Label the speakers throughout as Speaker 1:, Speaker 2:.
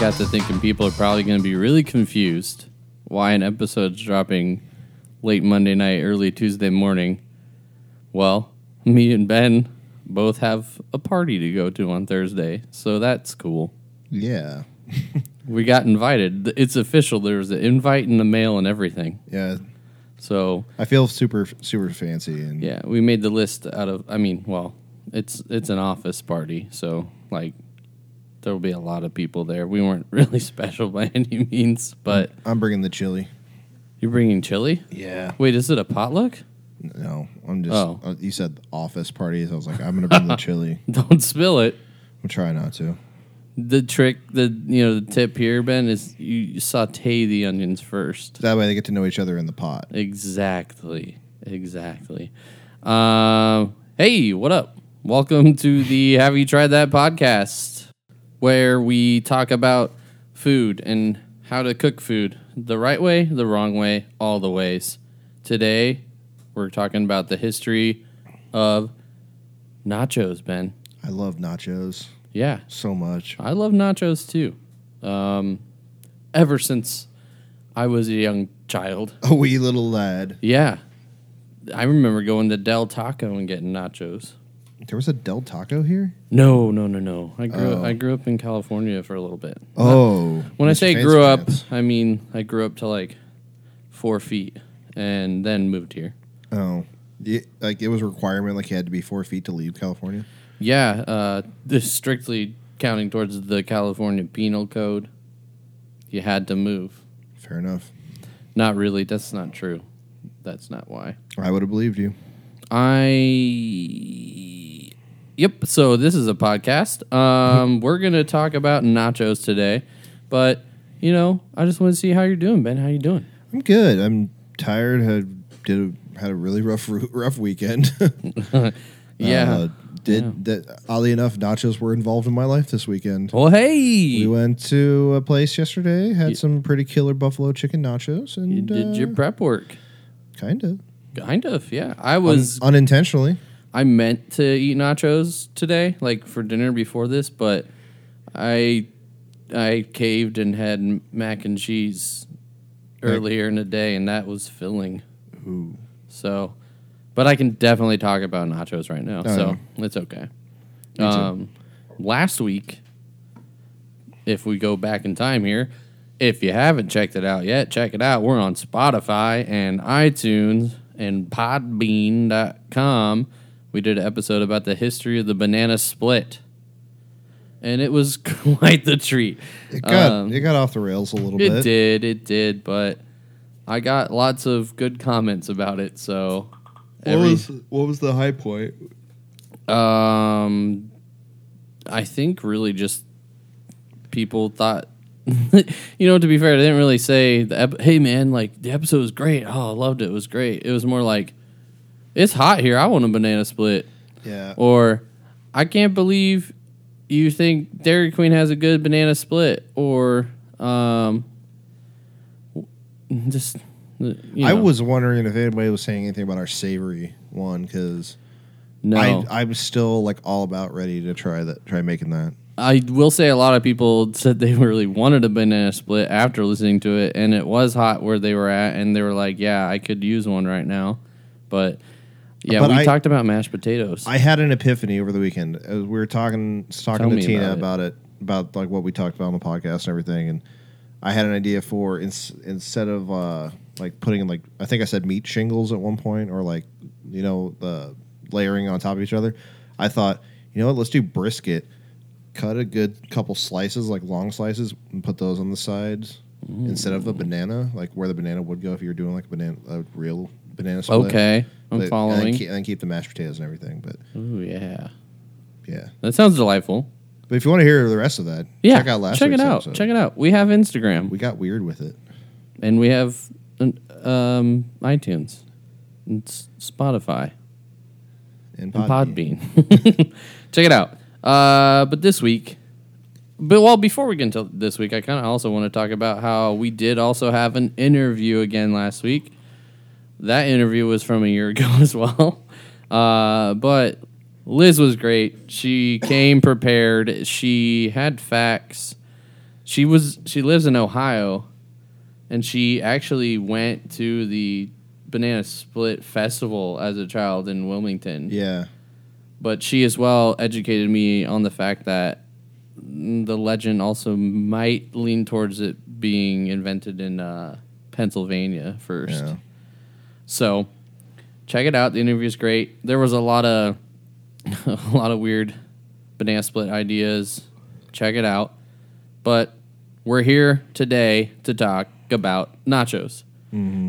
Speaker 1: got to thinking people are probably going to be really confused why an episode's dropping late Monday night, early Tuesday morning. Well, me and Ben both have a party to go to on Thursday, so that's cool.
Speaker 2: Yeah.
Speaker 1: We got invited. It's official. There was an invite in the mail and everything.
Speaker 2: Yeah.
Speaker 1: So
Speaker 2: I feel super, super fancy. And
Speaker 1: yeah, we made the list out of. I mean, well, it's it's an office party, so like there will be a lot of people there. We weren't really special by any means, but
Speaker 2: I'm bringing the chili.
Speaker 1: you're bringing chili.
Speaker 2: Yeah.
Speaker 1: Wait, is it a potluck?
Speaker 2: No, I'm just,
Speaker 1: Oh.
Speaker 2: uh, you said office parties. I was like, I'm going to bring the chili.
Speaker 1: Don't spill it.
Speaker 2: I'm trying not to.
Speaker 1: The trick, the you know, the tip here, Ben, is you saute the onions first.
Speaker 2: That way they get to know each other in the pot.
Speaker 1: Exactly. Exactly. Um, hey, what up? Welcome to the Have You Tried That podcast, where we talk about food and how to cook food the right way, the wrong way, all the ways. Today, we're talking about the history of nachos, Ben.
Speaker 2: I love nachos
Speaker 1: Yeah,
Speaker 2: so much.
Speaker 1: I love nachos too. Um, ever since I was a young child.
Speaker 2: A wee little lad.
Speaker 1: Yeah. I remember going to Del Taco and getting nachos.
Speaker 2: There was a Del Taco here?
Speaker 1: No, no, no, no. I grew I grew up in California for a little bit.
Speaker 2: Oh.
Speaker 1: When I
Speaker 2: Mr.
Speaker 1: say
Speaker 2: Fancy
Speaker 1: grew up,
Speaker 2: Pants.
Speaker 1: I mean I grew up to like four feet and then moved here.
Speaker 2: Oh. Yeah, like it was a requirement, like you had to be four feet to leave California.
Speaker 1: Yeah, uh, this strictly counting towards the California Penal Code, you had to move.
Speaker 2: Fair enough.
Speaker 1: Not really. That's not true. That's not why.
Speaker 2: I would have believed you.
Speaker 1: I. Yep. So this is a podcast. Um, we're gonna talk about nachos today, but you know, I just want to see how you're doing, Ben. How you doing?
Speaker 2: I'm good. I'm tired. Had did a, had a really rough ru- rough weekend.
Speaker 1: Yeah.
Speaker 2: Uh, did that? Oddly enough, nachos were involved in my life this weekend.
Speaker 1: well,
Speaker 2: We
Speaker 1: hey.
Speaker 2: went to a place yesterday. Had some pretty killer buffalo chicken nachos, and
Speaker 1: You did your prep work.
Speaker 2: kind of
Speaker 1: Kind of, yeah.
Speaker 2: Um,
Speaker 1: I
Speaker 2: uh,
Speaker 1: was
Speaker 2: unintentionally.
Speaker 1: I meant to eat nachos today, like for dinner before this, but I I caved and had mac and cheese earlier in the day, and that was filling. So, but I can definitely talk about nachos right now,
Speaker 2: Oh,
Speaker 1: so it's okay. Um, last week, if we go back in time here, if you haven't checked it out yet, check it out. We're on Spotify and iTunes and Podbean.com. We did an episode about the history of the banana split, and it was quite the treat.
Speaker 2: It got
Speaker 1: Um,
Speaker 2: it got off the rails a little
Speaker 1: it
Speaker 2: bit.
Speaker 1: did, it did, but I got lots of good comments about it. So, every-
Speaker 2: what was the high point?
Speaker 1: um, I think really just people thought, you know, to be fair, they didn't really say, the ep- "Hey, man, like the episode was great. Oh, I loved it. It was great." It was more like, "It's hot here. I want a banana split,"
Speaker 2: Yeah.
Speaker 1: or "I can't believe you think Dairy Queen has a good banana split," or um, w- just. uh, You know,
Speaker 2: I was wondering if anybody was saying anything about our savory one because
Speaker 1: no.
Speaker 2: I I'm still like all about ready to try that try making that.
Speaker 1: I will say a lot of people said they really wanted a banana split after listening to it, and it was hot where they were at, and they were like, "Yeah, I could use one right now," but yeah,
Speaker 2: But
Speaker 1: we
Speaker 2: I-
Speaker 1: talked about mashed potatoes.
Speaker 2: I had an epiphany over the weekend. As We were talking
Speaker 1: Tell
Speaker 2: talking to
Speaker 1: me
Speaker 2: Tina
Speaker 1: about
Speaker 2: about it. about like what we talked about on the podcast and everything. And I had an idea for ins- instead of uh, like putting like I think I said meat shingles at one point or like you know the layering on top of each other. I thought you know what, let's do brisket. Cut a good couple slices, like long slices, and put those on the sides instead of a banana, like where the banana would go if you were doing like a banana, a real banana split.
Speaker 1: okay, I'm
Speaker 2: But- and then ke-
Speaker 1: following.
Speaker 2: And then keep the mashed potatoes and everything, but
Speaker 1: Ooh, yeah,
Speaker 2: yeah.
Speaker 1: that sounds delightful.
Speaker 2: But if you want to hear the rest of that,
Speaker 1: Yeah,
Speaker 2: check out last
Speaker 1: check it
Speaker 2: week's
Speaker 1: out.
Speaker 2: episode.
Speaker 1: Check it out. We have Instagram
Speaker 2: We got weird with it.
Speaker 1: and we have an- um, iTunes, and S- Spotify,
Speaker 2: And
Speaker 1: and
Speaker 2: Podbean.
Speaker 1: Podbean. Check it out. Uh, but this week, but well, before we get into this week, I kind of also want to talk about how we did also have an interview again last week. That interview was from a year ago as well. Uh, but Liz was great. She came prepared. She had facts. She was she lives in Ohio, and she actually went to the Banana Split Festival as a child in Wilmington.
Speaker 2: Yeah.
Speaker 1: But she as well educated me on the fact that mm, the legend also might lean towards it being invented in uh, Pennsylvania first.
Speaker 2: Yeah.
Speaker 1: So check it out. The interview's great. There was a lot of a lot of weird banana split ideas. Check it out. But we're here today to talk about nachos.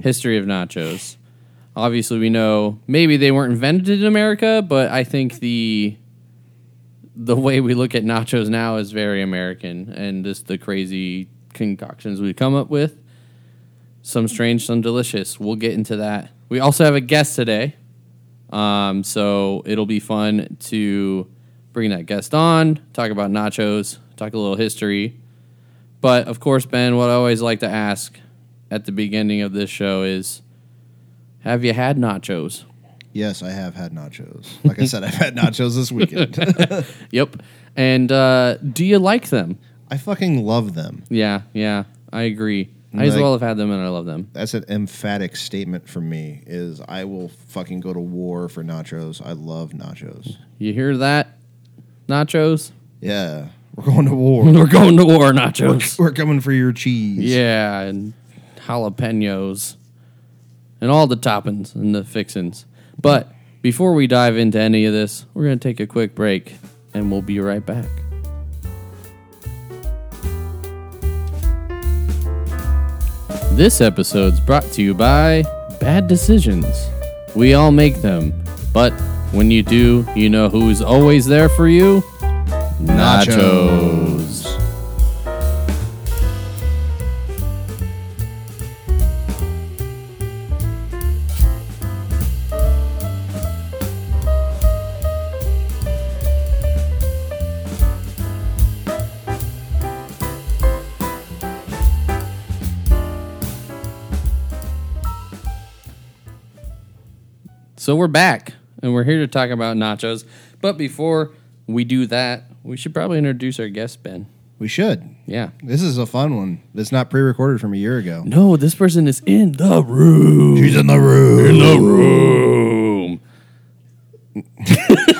Speaker 1: History of nachos. Obviously we know maybe they weren't invented in America, but I think the the way we look at nachos now is very American and just the crazy concoctions we come up with some strange, some delicious. We'll get into that. We also have a guest today. Um, so it'll be fun to bring that guest on, talk about nachos, talk a little history. But of course, Ben, what I always like to ask at the beginning of this show is have you had nachos?
Speaker 2: Yes, I have had nachos. Like I said, I've had nachos this weekend.
Speaker 1: Yep. And uh, do you like them?
Speaker 2: I fucking love them.
Speaker 1: Yeah, yeah, I agree. I as
Speaker 2: Like-
Speaker 1: well have had them and I love them.
Speaker 2: That's an emphatic statement from me is I will fucking go to war for nachos. I love nachos.
Speaker 1: You hear that? Nachos?
Speaker 2: Yeah. We're going to war.
Speaker 1: We're going to war, nachos.
Speaker 2: We're coming for your cheese.
Speaker 1: Yeah, and jalapenos and all the toppings and the fixins. But before we dive into any of this, we're going to take a quick break and we'll be right back. This episode's brought to you by Bad Decisions. We all make them, but when you do, you know who's always there for you? Nachos. So we're back, and we're here to talk about nachos. But before we do that, we should probably introduce our guest, Ben.
Speaker 2: We should.
Speaker 1: Yeah.
Speaker 2: This is a fun one. It's not pre-recorded from a year ago.
Speaker 1: No, this person is in the room.
Speaker 2: She's in the room.
Speaker 1: room.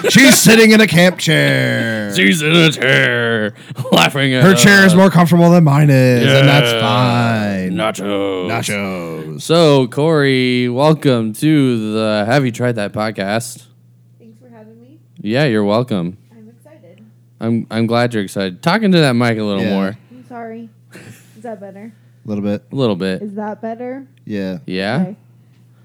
Speaker 2: She's sitting in a camp chair.
Speaker 1: She's in a chair, laughing at
Speaker 2: Her
Speaker 1: us.
Speaker 2: chair is more comfortable than mine is, and that's fine.
Speaker 1: Nachos.
Speaker 2: Nachos.
Speaker 1: So, Corey, welcome to the Have You Tried That podcast.
Speaker 3: Thanks for having me.
Speaker 1: Yeah, you're welcome.
Speaker 3: I'm excited.
Speaker 1: I'm I'm glad you're excited. Talking to that mic a little
Speaker 2: Yeah.
Speaker 1: more,
Speaker 3: I'm sorry. Is that better?
Speaker 2: A little bit.
Speaker 1: a little bit.
Speaker 3: Is that better?
Speaker 2: Yeah,
Speaker 1: Yeah,
Speaker 3: Okay.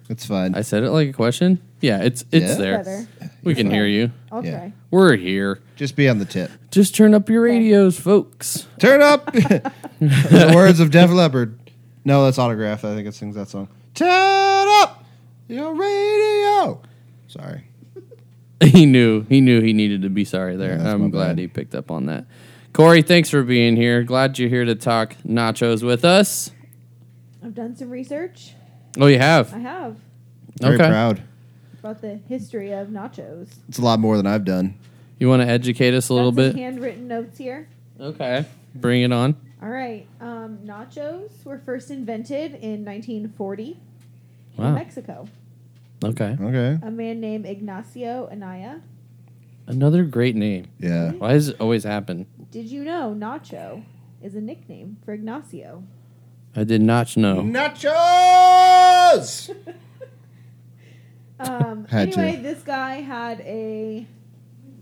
Speaker 2: it's fine.
Speaker 1: I said it like a question. Yeah, it's it's
Speaker 2: Yeah.
Speaker 1: there.
Speaker 3: Better.
Speaker 1: We can hear you.
Speaker 3: I'll
Speaker 2: Yeah.
Speaker 3: try.
Speaker 1: We're here.
Speaker 2: Just be on the tip.
Speaker 1: Just turn up your radios, folks.
Speaker 2: Turn up. the words of Def Leppard. No, that's autograph. I think it sings that song. Turn up your radio. Sorry.
Speaker 1: He knew. He knew he needed to be sorry there.
Speaker 2: that's my
Speaker 1: I'm glad
Speaker 2: bad.
Speaker 1: he picked up on that. Corey, thanks for being here. Glad you're here to talk nachos with us.
Speaker 3: I've done some research.
Speaker 1: Oh, you have.
Speaker 3: I have
Speaker 2: Very
Speaker 1: Okay.
Speaker 2: proud.
Speaker 3: about the history of nachos.
Speaker 2: It's a lot more than I've done.
Speaker 1: You want to educate us a little
Speaker 3: Got some
Speaker 1: bit?
Speaker 3: handwritten notes here.
Speaker 1: Okay. Bring it on.
Speaker 3: All right. Um, nachos were first invented in 1940 in
Speaker 1: Wow.
Speaker 3: Mexico.
Speaker 1: Okay.
Speaker 2: Okay.
Speaker 3: A man named Ignacio Anaya.
Speaker 1: Another great name.
Speaker 2: Yeah.
Speaker 1: Why does it always happen?
Speaker 3: Did you know Nacho is a nickname for Ignacio?
Speaker 1: I did not know.
Speaker 2: Nachos.
Speaker 3: Um,
Speaker 2: Had to.
Speaker 3: anyway, this guy had a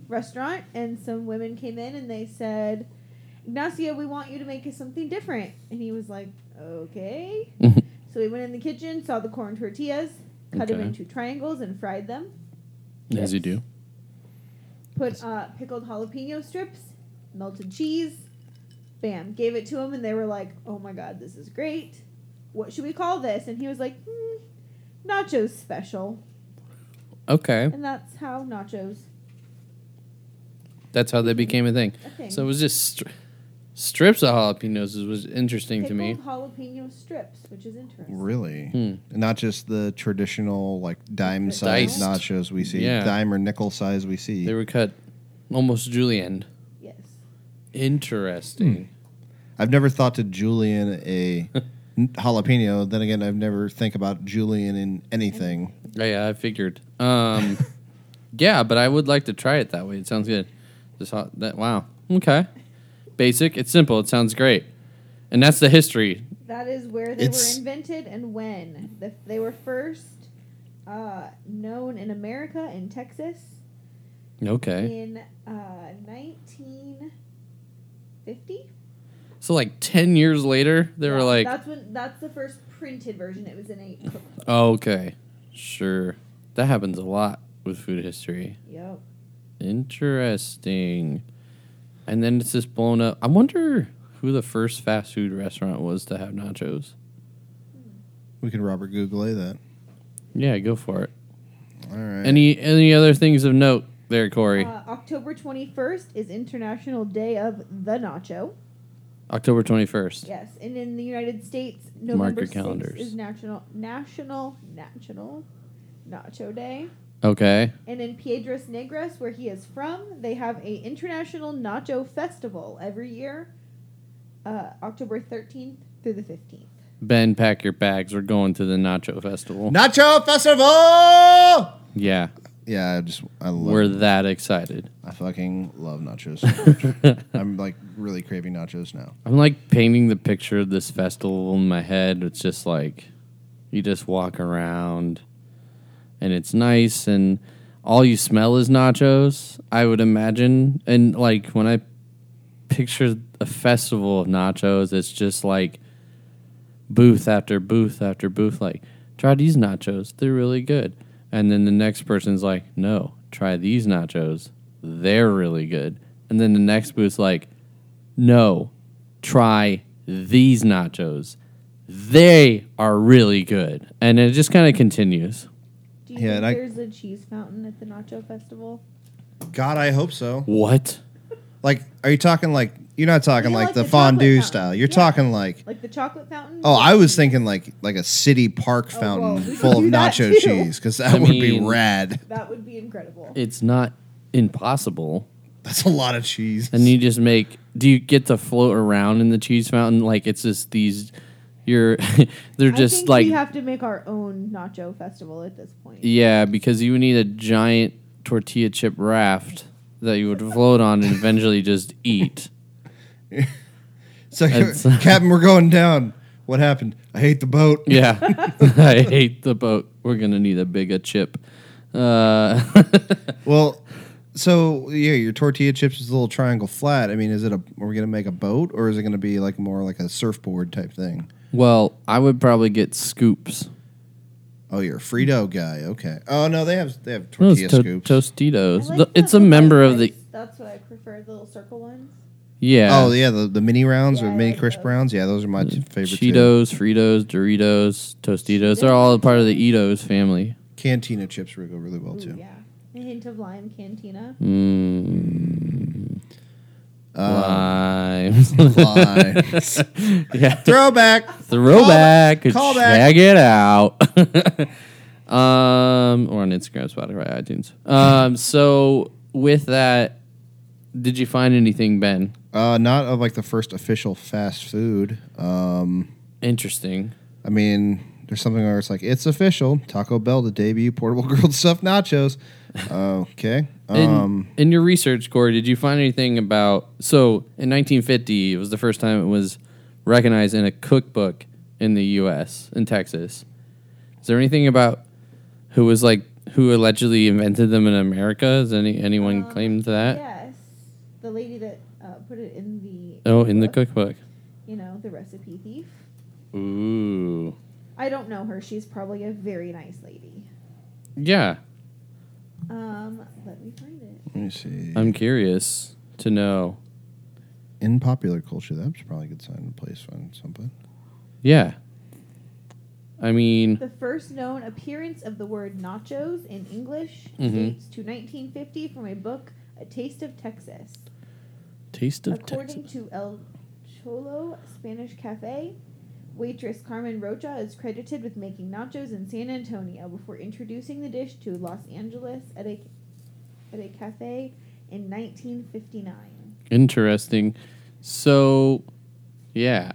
Speaker 3: restaurant, and some women came in and they said, Ignacio, we want you to make us something different. And he was like, okay. so he went in the kitchen, saw the corn tortillas, cut them
Speaker 1: Okay.
Speaker 3: into triangles, and fried them.
Speaker 1: As you do.
Speaker 3: Put uh, pickled jalapeno strips, melted cheese. Bam. Gave it to him, and they were like, oh my God, this is great. What should we call this? And he was like, hmm, nachos special.
Speaker 1: Okay.
Speaker 3: And that's how nachos.
Speaker 1: That's how they became a thing.
Speaker 3: A thing.
Speaker 1: So it was just stri strips of jalapenos was interesting to me.
Speaker 3: Pickled jalapeno strips, which is interesting.
Speaker 2: Really?
Speaker 1: Hmm.
Speaker 2: Not just the traditional like dime size
Speaker 1: Diced.
Speaker 2: nachos we see,
Speaker 1: Yeah.
Speaker 2: dime or nickel size we see.
Speaker 1: They were cut almost julienne.
Speaker 3: Yes.
Speaker 1: Hmm. Interesting.
Speaker 2: I I've never thought to Julian a jalapeno. Then again, I've never think about Julian in anything.
Speaker 1: Yeah, yeah, I figured. Um, yeah, but I would like to try it that way. It sounds good. Just hot, that. Wow. Okay. Basic. It's simple. It sounds great. And that's the history.
Speaker 3: That is where they
Speaker 2: It's-
Speaker 3: were invented and when. The, they were first uh, known in America, in Texas,
Speaker 1: Okay.
Speaker 3: in uh, 1950.
Speaker 1: So like ten years later, they were
Speaker 3: Yeah,
Speaker 1: like,
Speaker 3: that's when that's the first printed version. It was in a cookbook.
Speaker 1: okay, sure. That happens a lot with food history.
Speaker 3: Yep.
Speaker 1: Interesting. And then it's just blown up. I wonder who the first fast food restaurant was to have nachos.
Speaker 2: We can Robert Google that.
Speaker 1: Yeah, go for it.
Speaker 2: All right.
Speaker 1: Any any other things of note there, Corey?
Speaker 3: Uh, October 21st is International Day of the Nacho.
Speaker 1: October twenty first.
Speaker 3: Yes, and in the United States,
Speaker 1: your
Speaker 3: November 6th
Speaker 1: calendars.
Speaker 3: is National National National Nacho Day.
Speaker 1: Okay.
Speaker 3: And in Piedras Negras, where he is from, they have a International Nacho Festival every year, uh, October 13th through the 15th.
Speaker 1: Ben, pack your bags. We're going to the Nacho Festival.
Speaker 2: Nacho Festival.
Speaker 1: yeah,
Speaker 2: Yeah, I just I love.
Speaker 1: we're that excited.
Speaker 2: I fucking love nachos. so much. I'm like really craving nachos now.
Speaker 1: I'm like painting the picture of this festival in my head. It's just like you just walk around and it's nice and all you smell is nachos, I would imagine. And like when I picture a festival of nachos, it's just like booth after booth after booth like try these nachos, they're really good. And then the next person's like, "No, try these nachos. They're really good." And then the next booth's like, no, try these nachos. They are really good. And it just kind of continues.
Speaker 3: Do you
Speaker 2: Yeah, and
Speaker 3: think
Speaker 2: I-
Speaker 3: there's a cheese fountain at the Nacho Festival?
Speaker 2: God, I hope so.
Speaker 1: What?
Speaker 2: Like, are you talking like you're not talking
Speaker 3: You
Speaker 2: like,
Speaker 3: like
Speaker 2: the,
Speaker 3: the chocolate
Speaker 2: fondue
Speaker 3: fountain.
Speaker 2: style? You're
Speaker 3: Yeah.
Speaker 2: talking like
Speaker 3: Like the chocolate fountain?
Speaker 2: oh, I was thinking like like a city park
Speaker 3: Oh,
Speaker 2: fountain
Speaker 3: well, we could
Speaker 2: full of
Speaker 3: do that
Speaker 2: nacho
Speaker 3: too.
Speaker 2: cheese because that
Speaker 1: I
Speaker 2: would be
Speaker 1: mean-
Speaker 2: rad.
Speaker 3: That would be incredible.
Speaker 1: It's not impossible.
Speaker 2: That's a lot of cheese.
Speaker 1: And you just make do you get to float around in the cheese fountain like it's just these you're they're
Speaker 3: I
Speaker 1: just
Speaker 3: think
Speaker 1: like
Speaker 3: we have to make our own Nacho Festival at this point.
Speaker 1: yeah, because you would need a giant tortilla chip raft that you would float on and eventually just eat.
Speaker 2: So,
Speaker 1: It's-
Speaker 2: Captain, we're going down. What happened? I hate the boat.
Speaker 1: Yeah. I hate the boat. We're going to need a bigger chip. Uh
Speaker 2: Well, so yeah, your tortilla chips is a little triangle flat. I mean, is it a? Are we gonna make a boat, or is it gonna be like more like a surfboard type thing?
Speaker 1: Well, I would probably get scoops.
Speaker 2: Oh, you're a Frito guy. Okay. Oh no, they have they have
Speaker 1: No,
Speaker 2: tortilla
Speaker 1: it's to-
Speaker 2: scoops.
Speaker 3: I
Speaker 1: Tostitos.
Speaker 3: like
Speaker 1: The-
Speaker 3: the
Speaker 1: it's a
Speaker 3: little
Speaker 1: member of the
Speaker 3: ones. That's what I prefer, the little circle ones.
Speaker 1: yeah.
Speaker 2: Oh yeah, the, the mini rounds
Speaker 3: Yeah,
Speaker 2: or
Speaker 3: I
Speaker 2: mini
Speaker 3: like
Speaker 2: crisp
Speaker 3: those.
Speaker 2: browns. Yeah, those are my t- favorite. too.
Speaker 1: Cheetos, Fritos, Doritos, Tostitos. They're all part of the Eatos family.
Speaker 2: Cantina chips would go really well
Speaker 3: Ooh,
Speaker 2: too.
Speaker 3: yeah. A hint of lime cantina.
Speaker 1: Mm.
Speaker 2: Uh,
Speaker 1: Limes.
Speaker 2: limes.
Speaker 1: yeah.
Speaker 2: throwback.
Speaker 1: Throwback.
Speaker 2: Call back.
Speaker 1: Check it out. um, or on Instagram, Spotify, iTunes. Um, so with that, did you find anything, Ben?
Speaker 2: Uh, not of like the first official fast food. Um,
Speaker 1: Interesting.
Speaker 2: I mean, there's something where it's like it's official. Taco Bell to debut portable grilled stuffed nachos. Okay.
Speaker 1: In,
Speaker 2: Um,
Speaker 1: in your research, Corey, did you find anything about? So, in 1950, it was the first time it was recognized in a cookbook in the U.S. in Texas. Is there anything about who was like who allegedly invented them in America? Is any anyone
Speaker 3: Um,
Speaker 1: claimed that?
Speaker 3: Yes. The lady that uh, put it in the.
Speaker 1: Oh, in the cookbook.
Speaker 3: You know, the recipe thief.
Speaker 1: Ooh,
Speaker 3: I don't know her. She's probably a very nice lady.
Speaker 1: yeah.
Speaker 3: Um, let me find it.
Speaker 2: let me see.
Speaker 1: I'm curious to know.
Speaker 2: in popular culture, that's probably a good sign to place on something.
Speaker 1: Yeah. I mean,
Speaker 3: The first known appearance of the word nachos in English
Speaker 1: Mhm.
Speaker 3: dates to 1950 from a book, A Taste of Texas.
Speaker 1: taste of
Speaker 3: According
Speaker 1: Texas.
Speaker 3: to El Cholo Spanish Cafe, waitress Carmen Rocha is credited with making nachos in San Antonio before introducing the dish to Los Angeles at a at a cafe in 1959.
Speaker 1: Interesting. So, Yeah.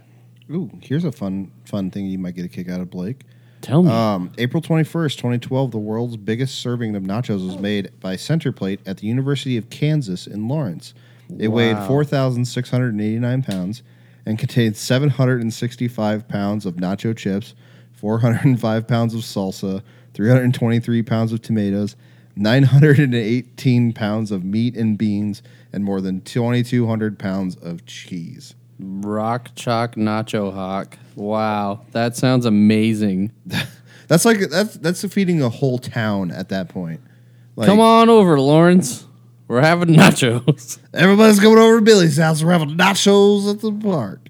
Speaker 2: Ooh, here's a fun fun thing you might get a kick out of Blake.
Speaker 1: Tell me.
Speaker 2: Um, April 21st, 2012, the world's biggest serving of nachos
Speaker 1: Oh.
Speaker 2: was made by Center Plate at the University of Kansas in Lawrence. It weighed
Speaker 1: Wow.
Speaker 2: 4,689 pounds and contained 765 pounds of nacho chips, 405 pounds of salsa, 323 pounds of tomatoes, 918 pounds of meat and beans, and more than 2,200 pounds of cheese.
Speaker 1: Rock chalk nacho hawk. Wow. That sounds amazing.
Speaker 2: That's like that's that's feeding a whole town at that point. Like,
Speaker 1: Come on over, Lawrence. We're having nachos.
Speaker 2: Everybody's going over to Billy's house. We're having nachos at the park.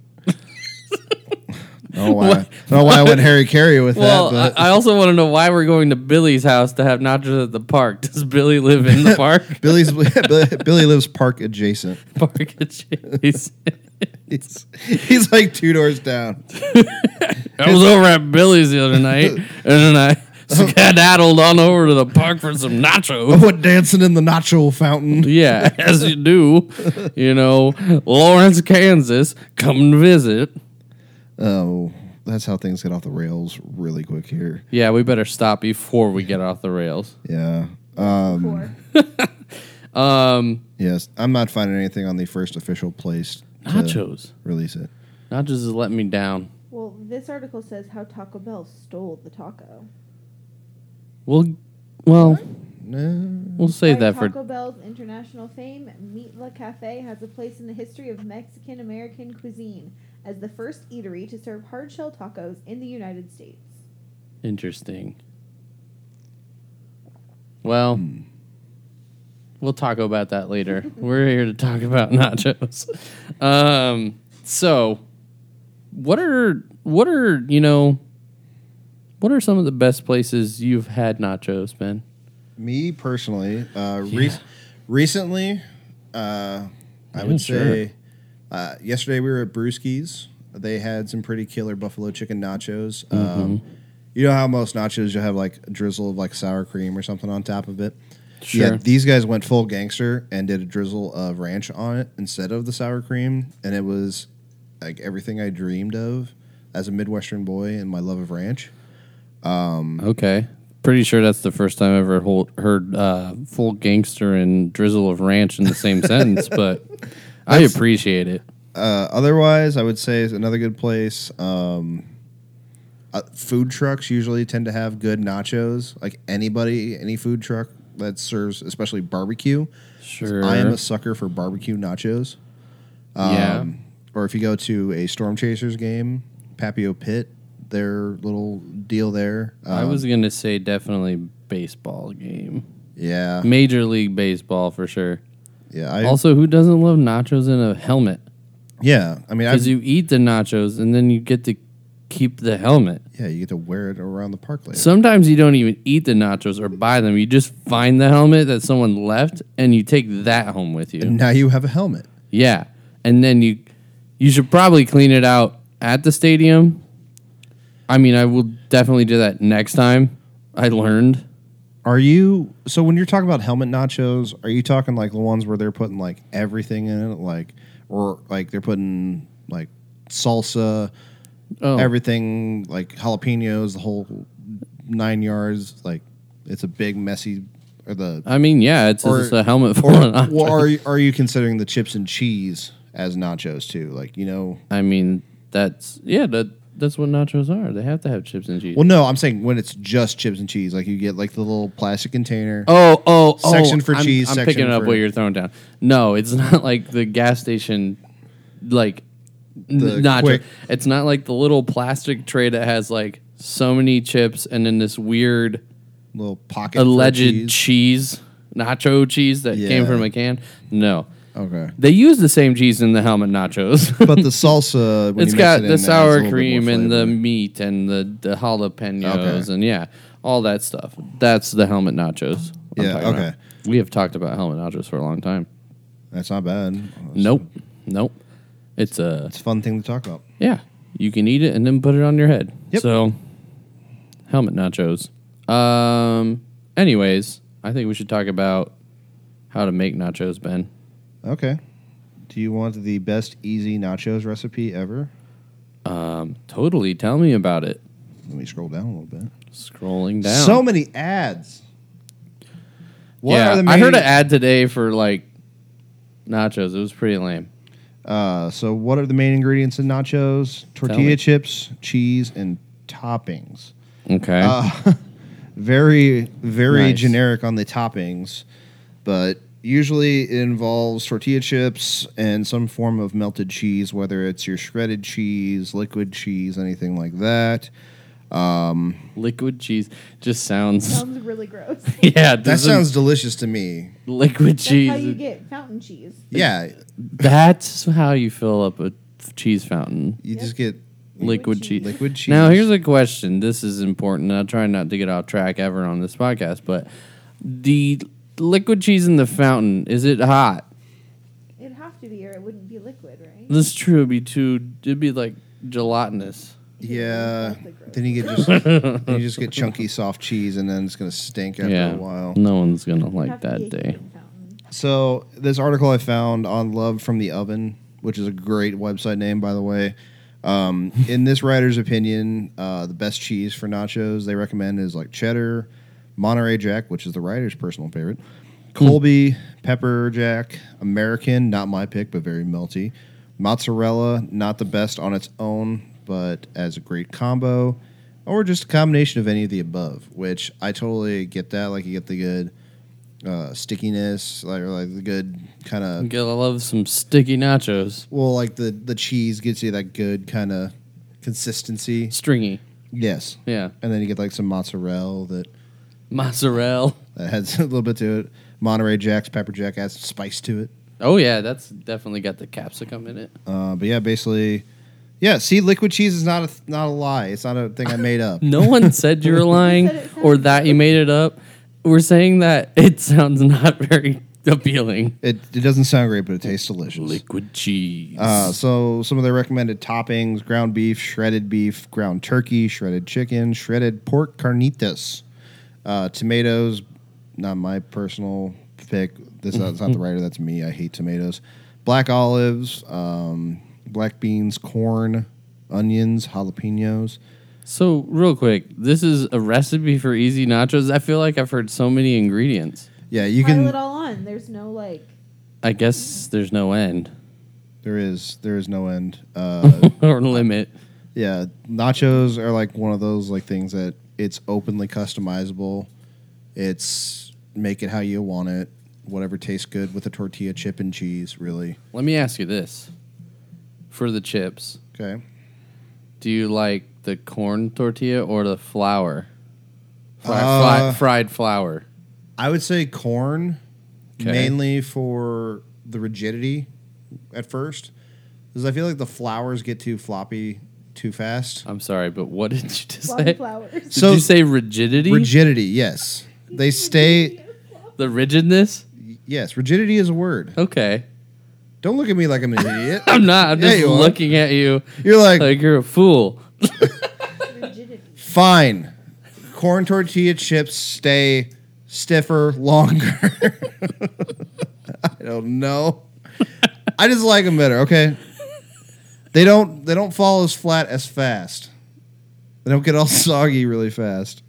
Speaker 2: oh, why? I don't know why I went Harry Carey with
Speaker 1: well,
Speaker 2: that, but
Speaker 1: I, I also want to know why we're going to Billy's house to have nachos at the park. Does Billy live in the park?
Speaker 2: Billy's Billy lives park adjacent.
Speaker 1: park adjacent.
Speaker 2: He's, he's like two doors down.
Speaker 1: I was over at Billy's the other night, and then I skedaddled on over to the park for some nachos.
Speaker 2: What dancing in the nacho fountain?
Speaker 1: Yeah, as you do, you know, Lawrence, Kansas, come and visit.
Speaker 2: Oh, that's how things get off the rails really quick here.
Speaker 1: Yeah, we better stop before we get off the rails.
Speaker 2: Yeah. Um,
Speaker 3: Four.
Speaker 1: Um,
Speaker 2: yes, I'm not finding anything on the first official place. to
Speaker 1: Nachos.
Speaker 2: Release it.
Speaker 1: Nachos is letting me down.
Speaker 3: Well, this article says how Taco Bell stole the taco.
Speaker 1: Well, well,
Speaker 2: No.
Speaker 1: we'll save
Speaker 3: By
Speaker 1: that
Speaker 3: Taco
Speaker 1: for.
Speaker 3: Bell's international fame, Meatla Cafe has a place in the history of Mexican American cuisine as the first eatery to serve hard shell tacos in the United States.
Speaker 1: Interesting. Well, Hmm. we'll talk about that later. We're here to talk about nachos. Um, so, what are what are you know, what are some of the best places you've had nachos, Ben?
Speaker 2: Me personally, uh, rec recently, uh, I
Speaker 1: Yeah,
Speaker 2: would
Speaker 1: sure.
Speaker 2: say uh, yesterday we were at Brewski's. They had some pretty killer buffalo chicken nachos. Um, you know how most nachos you'll have like a drizzle of like sour cream or something on top of it.
Speaker 1: Sure.
Speaker 2: Yeah, these guys went full gangster and did a drizzle of ranch on it instead of the sour cream, and it was like everything I dreamed of as a Midwestern boy and my love of ranch.
Speaker 1: Okay. Pretty sure that's the first time I ever hold, heard uh, full gangster and drizzle of ranch in the same sentence, but I appreciate it.
Speaker 2: uh, otherwise, I would say is another good place. Um, uh, food trucks usually tend to have good nachos. Like anybody, any food truck that serves, especially barbecue.
Speaker 1: Sure.
Speaker 2: I am a sucker for barbecue nachos. Um,
Speaker 1: yeah.
Speaker 2: Or if you go to a Storm Chasers game, Papio Pit, their little deal there.
Speaker 1: I
Speaker 2: um,
Speaker 1: was going to say definitely baseball game.
Speaker 2: yeah,
Speaker 1: Major League Baseball for sure.
Speaker 2: yeah. Uh, I,
Speaker 1: Also, who doesn't love nachos in a helmet?
Speaker 2: yeah, I mean, I've,
Speaker 1: Because you eat the nachos and then you get to keep the helmet.
Speaker 2: yeah, you get to wear it around the park later.
Speaker 1: Sometimes you don't even eat the nachos or buy them. You just find the helmet that someone left and you take that home with you.
Speaker 2: now you have a helmet.
Speaker 1: Yeah, and then you you should probably clean it out at the stadium. I mean, I will definitely do that next time. I learned.
Speaker 2: Are you so when you're talking about helmet nachos, are you talking like the ones where they're putting like everything in it, like or like they're putting like salsa,
Speaker 1: Oh,
Speaker 2: everything like jalapenos, the whole nine yards, like it's a big messy or the
Speaker 1: I mean, yeah, it's
Speaker 2: Or-
Speaker 1: just a helmet for
Speaker 2: or,
Speaker 1: an nacho.
Speaker 2: well, are you, are you considering the chips and cheese as nachos too? Like, you know,
Speaker 1: I mean, that's yeah, that that's what nachos are. They have to have chips and cheese.
Speaker 2: well no, I'm saying when it's just chips and cheese, like you get like the little plastic container.
Speaker 1: Oh, oh, oh!
Speaker 2: Section for
Speaker 1: I'm,
Speaker 2: cheese,
Speaker 1: I'm
Speaker 2: section
Speaker 1: picking up
Speaker 2: for-
Speaker 1: what you're throwing down. No, it's not like the gas station, like n-
Speaker 2: The
Speaker 1: nacho.
Speaker 2: quick-
Speaker 1: It's not like the little plastic tray that has like so many chips and then this weird
Speaker 2: Little pocket for
Speaker 1: alleged cheese.
Speaker 2: cheese.
Speaker 1: nacho cheese that
Speaker 2: Yeah.
Speaker 1: came from a can. No,
Speaker 2: Okay.
Speaker 1: they use the same cheese in the helmet nachos.
Speaker 2: But the salsa when
Speaker 1: it's
Speaker 2: you mix
Speaker 1: got
Speaker 2: it in,
Speaker 1: the
Speaker 2: adds a
Speaker 1: sour
Speaker 2: little bit more
Speaker 1: cream and the
Speaker 2: flavor.
Speaker 1: meat and the, the jalapenos
Speaker 2: Okay.
Speaker 1: and yeah, all that stuff. That's the helmet nachos. I'm
Speaker 2: Yeah,
Speaker 1: talking about.
Speaker 2: okay.
Speaker 1: We have talked about helmet nachos for a long time.
Speaker 2: That's not bad.
Speaker 1: Nope, nope. It's a
Speaker 2: It's a fun thing to talk about.
Speaker 1: yeah. You can eat it and then put it on your head.
Speaker 2: Yep.
Speaker 1: So, helmet nachos. Um. Anyways, I think we should talk about how to make nachos, Ben.
Speaker 2: Okay. Do you want the best easy nachos recipe ever?
Speaker 1: Um, totally. Tell me about it.
Speaker 2: Let me scroll down a little bit.
Speaker 1: Scrolling down.
Speaker 2: So many ads. What
Speaker 1: yeah,
Speaker 2: are the
Speaker 1: I heard an
Speaker 2: main-
Speaker 1: ad today for like nachos. It was pretty lame.
Speaker 2: Uh, so, what are the main ingredients in nachos?
Speaker 1: me.
Speaker 2: Tortilla chips, cheese, and toppings.
Speaker 1: Okay.
Speaker 2: Uh, Very, very
Speaker 1: Nice.
Speaker 2: generic on the toppings, but usually it involves tortilla chips and some form of melted cheese, whether it's your shredded cheese, liquid cheese, anything like that.
Speaker 1: liquid cheese just sounds.
Speaker 3: Sounds really gross.
Speaker 1: yeah,
Speaker 2: That
Speaker 1: doesn't-
Speaker 2: sounds delicious to me.
Speaker 1: liquid
Speaker 3: That's
Speaker 1: cheese.
Speaker 3: how you get fountain cheese.
Speaker 2: Yeah,
Speaker 1: That's how you fill up a cheese fountain.
Speaker 2: you
Speaker 3: Yep.
Speaker 2: just get
Speaker 1: Liquid
Speaker 3: Liquid
Speaker 1: cheese.
Speaker 3: cheese.
Speaker 2: liquid cheese.
Speaker 1: Now, here's a question. This is important. I'll try not to get off track ever on this podcast, but the liquid cheese in the fountain, is it hot?
Speaker 3: It'd have to be, or it wouldn't be liquid, right?
Speaker 1: This is true. It'd be too, it'd be like gelatinous.
Speaker 2: yeah.
Speaker 3: That's a gross-
Speaker 2: Then you get just then you just get chunky soft cheese, and then it's gonna stink after
Speaker 1: yeah.
Speaker 2: a while.
Speaker 1: No one's going to
Speaker 3: It'd
Speaker 1: like
Speaker 3: have to
Speaker 1: that
Speaker 3: be a
Speaker 1: day.
Speaker 3: human fountain.
Speaker 2: So this article I found on Love from the Oven, which is a great website name, by the way. Um, in this writer's opinion, uh, the best cheese for nachos they recommend is like cheddar, Monterey Jack, which is the writer's personal favorite, Colby, pepper jack, American, not my pick, but very melty, mozzarella, not the best on its own, but as a great combo, or just a combination of any of the above. Which I totally get that. Like you get the good uh, stickiness, like, or like the good kind of
Speaker 1: Gotta love some sticky nachos.
Speaker 2: well, like the the cheese gives you that good kind of consistency.
Speaker 1: Stringy.
Speaker 2: Yes,
Speaker 1: Yeah.
Speaker 2: and then you get like some mozzarella that
Speaker 1: Mozzarella.
Speaker 2: that has a little bit to it. Monterey Jack's pepper jack adds some spice to it.
Speaker 1: Oh, yeah. That's definitely got the capsicum in it.
Speaker 2: Uh, but yeah, basically, yeah. See, liquid cheese is not a th- not a lie. It's not a thing I made up.
Speaker 1: No one said you're lying
Speaker 3: said it
Speaker 1: or
Speaker 3: sounded
Speaker 1: that you made it up. We're saying that it sounds not very appealing.
Speaker 2: It it doesn't sound great, but it tastes delicious.
Speaker 1: Liquid cheese.
Speaker 2: Uh, so some of the recommended toppings: ground beef, shredded beef, ground turkey, shredded chicken, shredded pork carnitas, uh, tomatoes. Not my personal pick. This that's not the writer. That's me. I hate tomatoes. Black olives, um, black beans, corn, onions, jalapenos.
Speaker 1: so, real quick, this is a recipe for easy nachos. I feel like I've heard so many ingredients.
Speaker 2: Yeah, you
Speaker 3: Pile
Speaker 2: can.
Speaker 3: it all on. There's no like.
Speaker 1: I guess there's no end
Speaker 2: There is there is no end. Uh,
Speaker 1: or limit.
Speaker 2: Yeah, nachos are like one of those like things that it's openly customizable. It's make it how you want it, whatever tastes good with a tortilla chip and cheese, really.
Speaker 1: Let me ask you this for the chips,
Speaker 2: Okay.
Speaker 1: do you like the corn tortilla or the flour? Fri-
Speaker 2: Uh,
Speaker 1: fri- fried flour.
Speaker 2: I would say corn
Speaker 1: 'Kay.
Speaker 2: mainly for the rigidity at first. Cuz I feel like the flours get too floppy too fast.
Speaker 1: I'm sorry, but what did you just
Speaker 3: Floppy
Speaker 1: say?
Speaker 3: flowers.
Speaker 1: Did
Speaker 2: So-
Speaker 1: you say rigidity?
Speaker 2: Rigidity, yes. They stay
Speaker 1: the rigidness?
Speaker 2: yes, rigidity is a word.
Speaker 1: Okay.
Speaker 2: Don't look at me like I'm an idiot.
Speaker 1: I'm not. I'm
Speaker 2: Yeah,
Speaker 1: just
Speaker 2: you are.
Speaker 1: looking at you
Speaker 2: You're like
Speaker 1: like you're a fool.
Speaker 3: Rigidity.
Speaker 2: Fine. Corn tortilla chips stay stiffer longer. I don't know. I just like them better, okay? They don't they don't fall as flat as fast. They don't get all soggy really fast.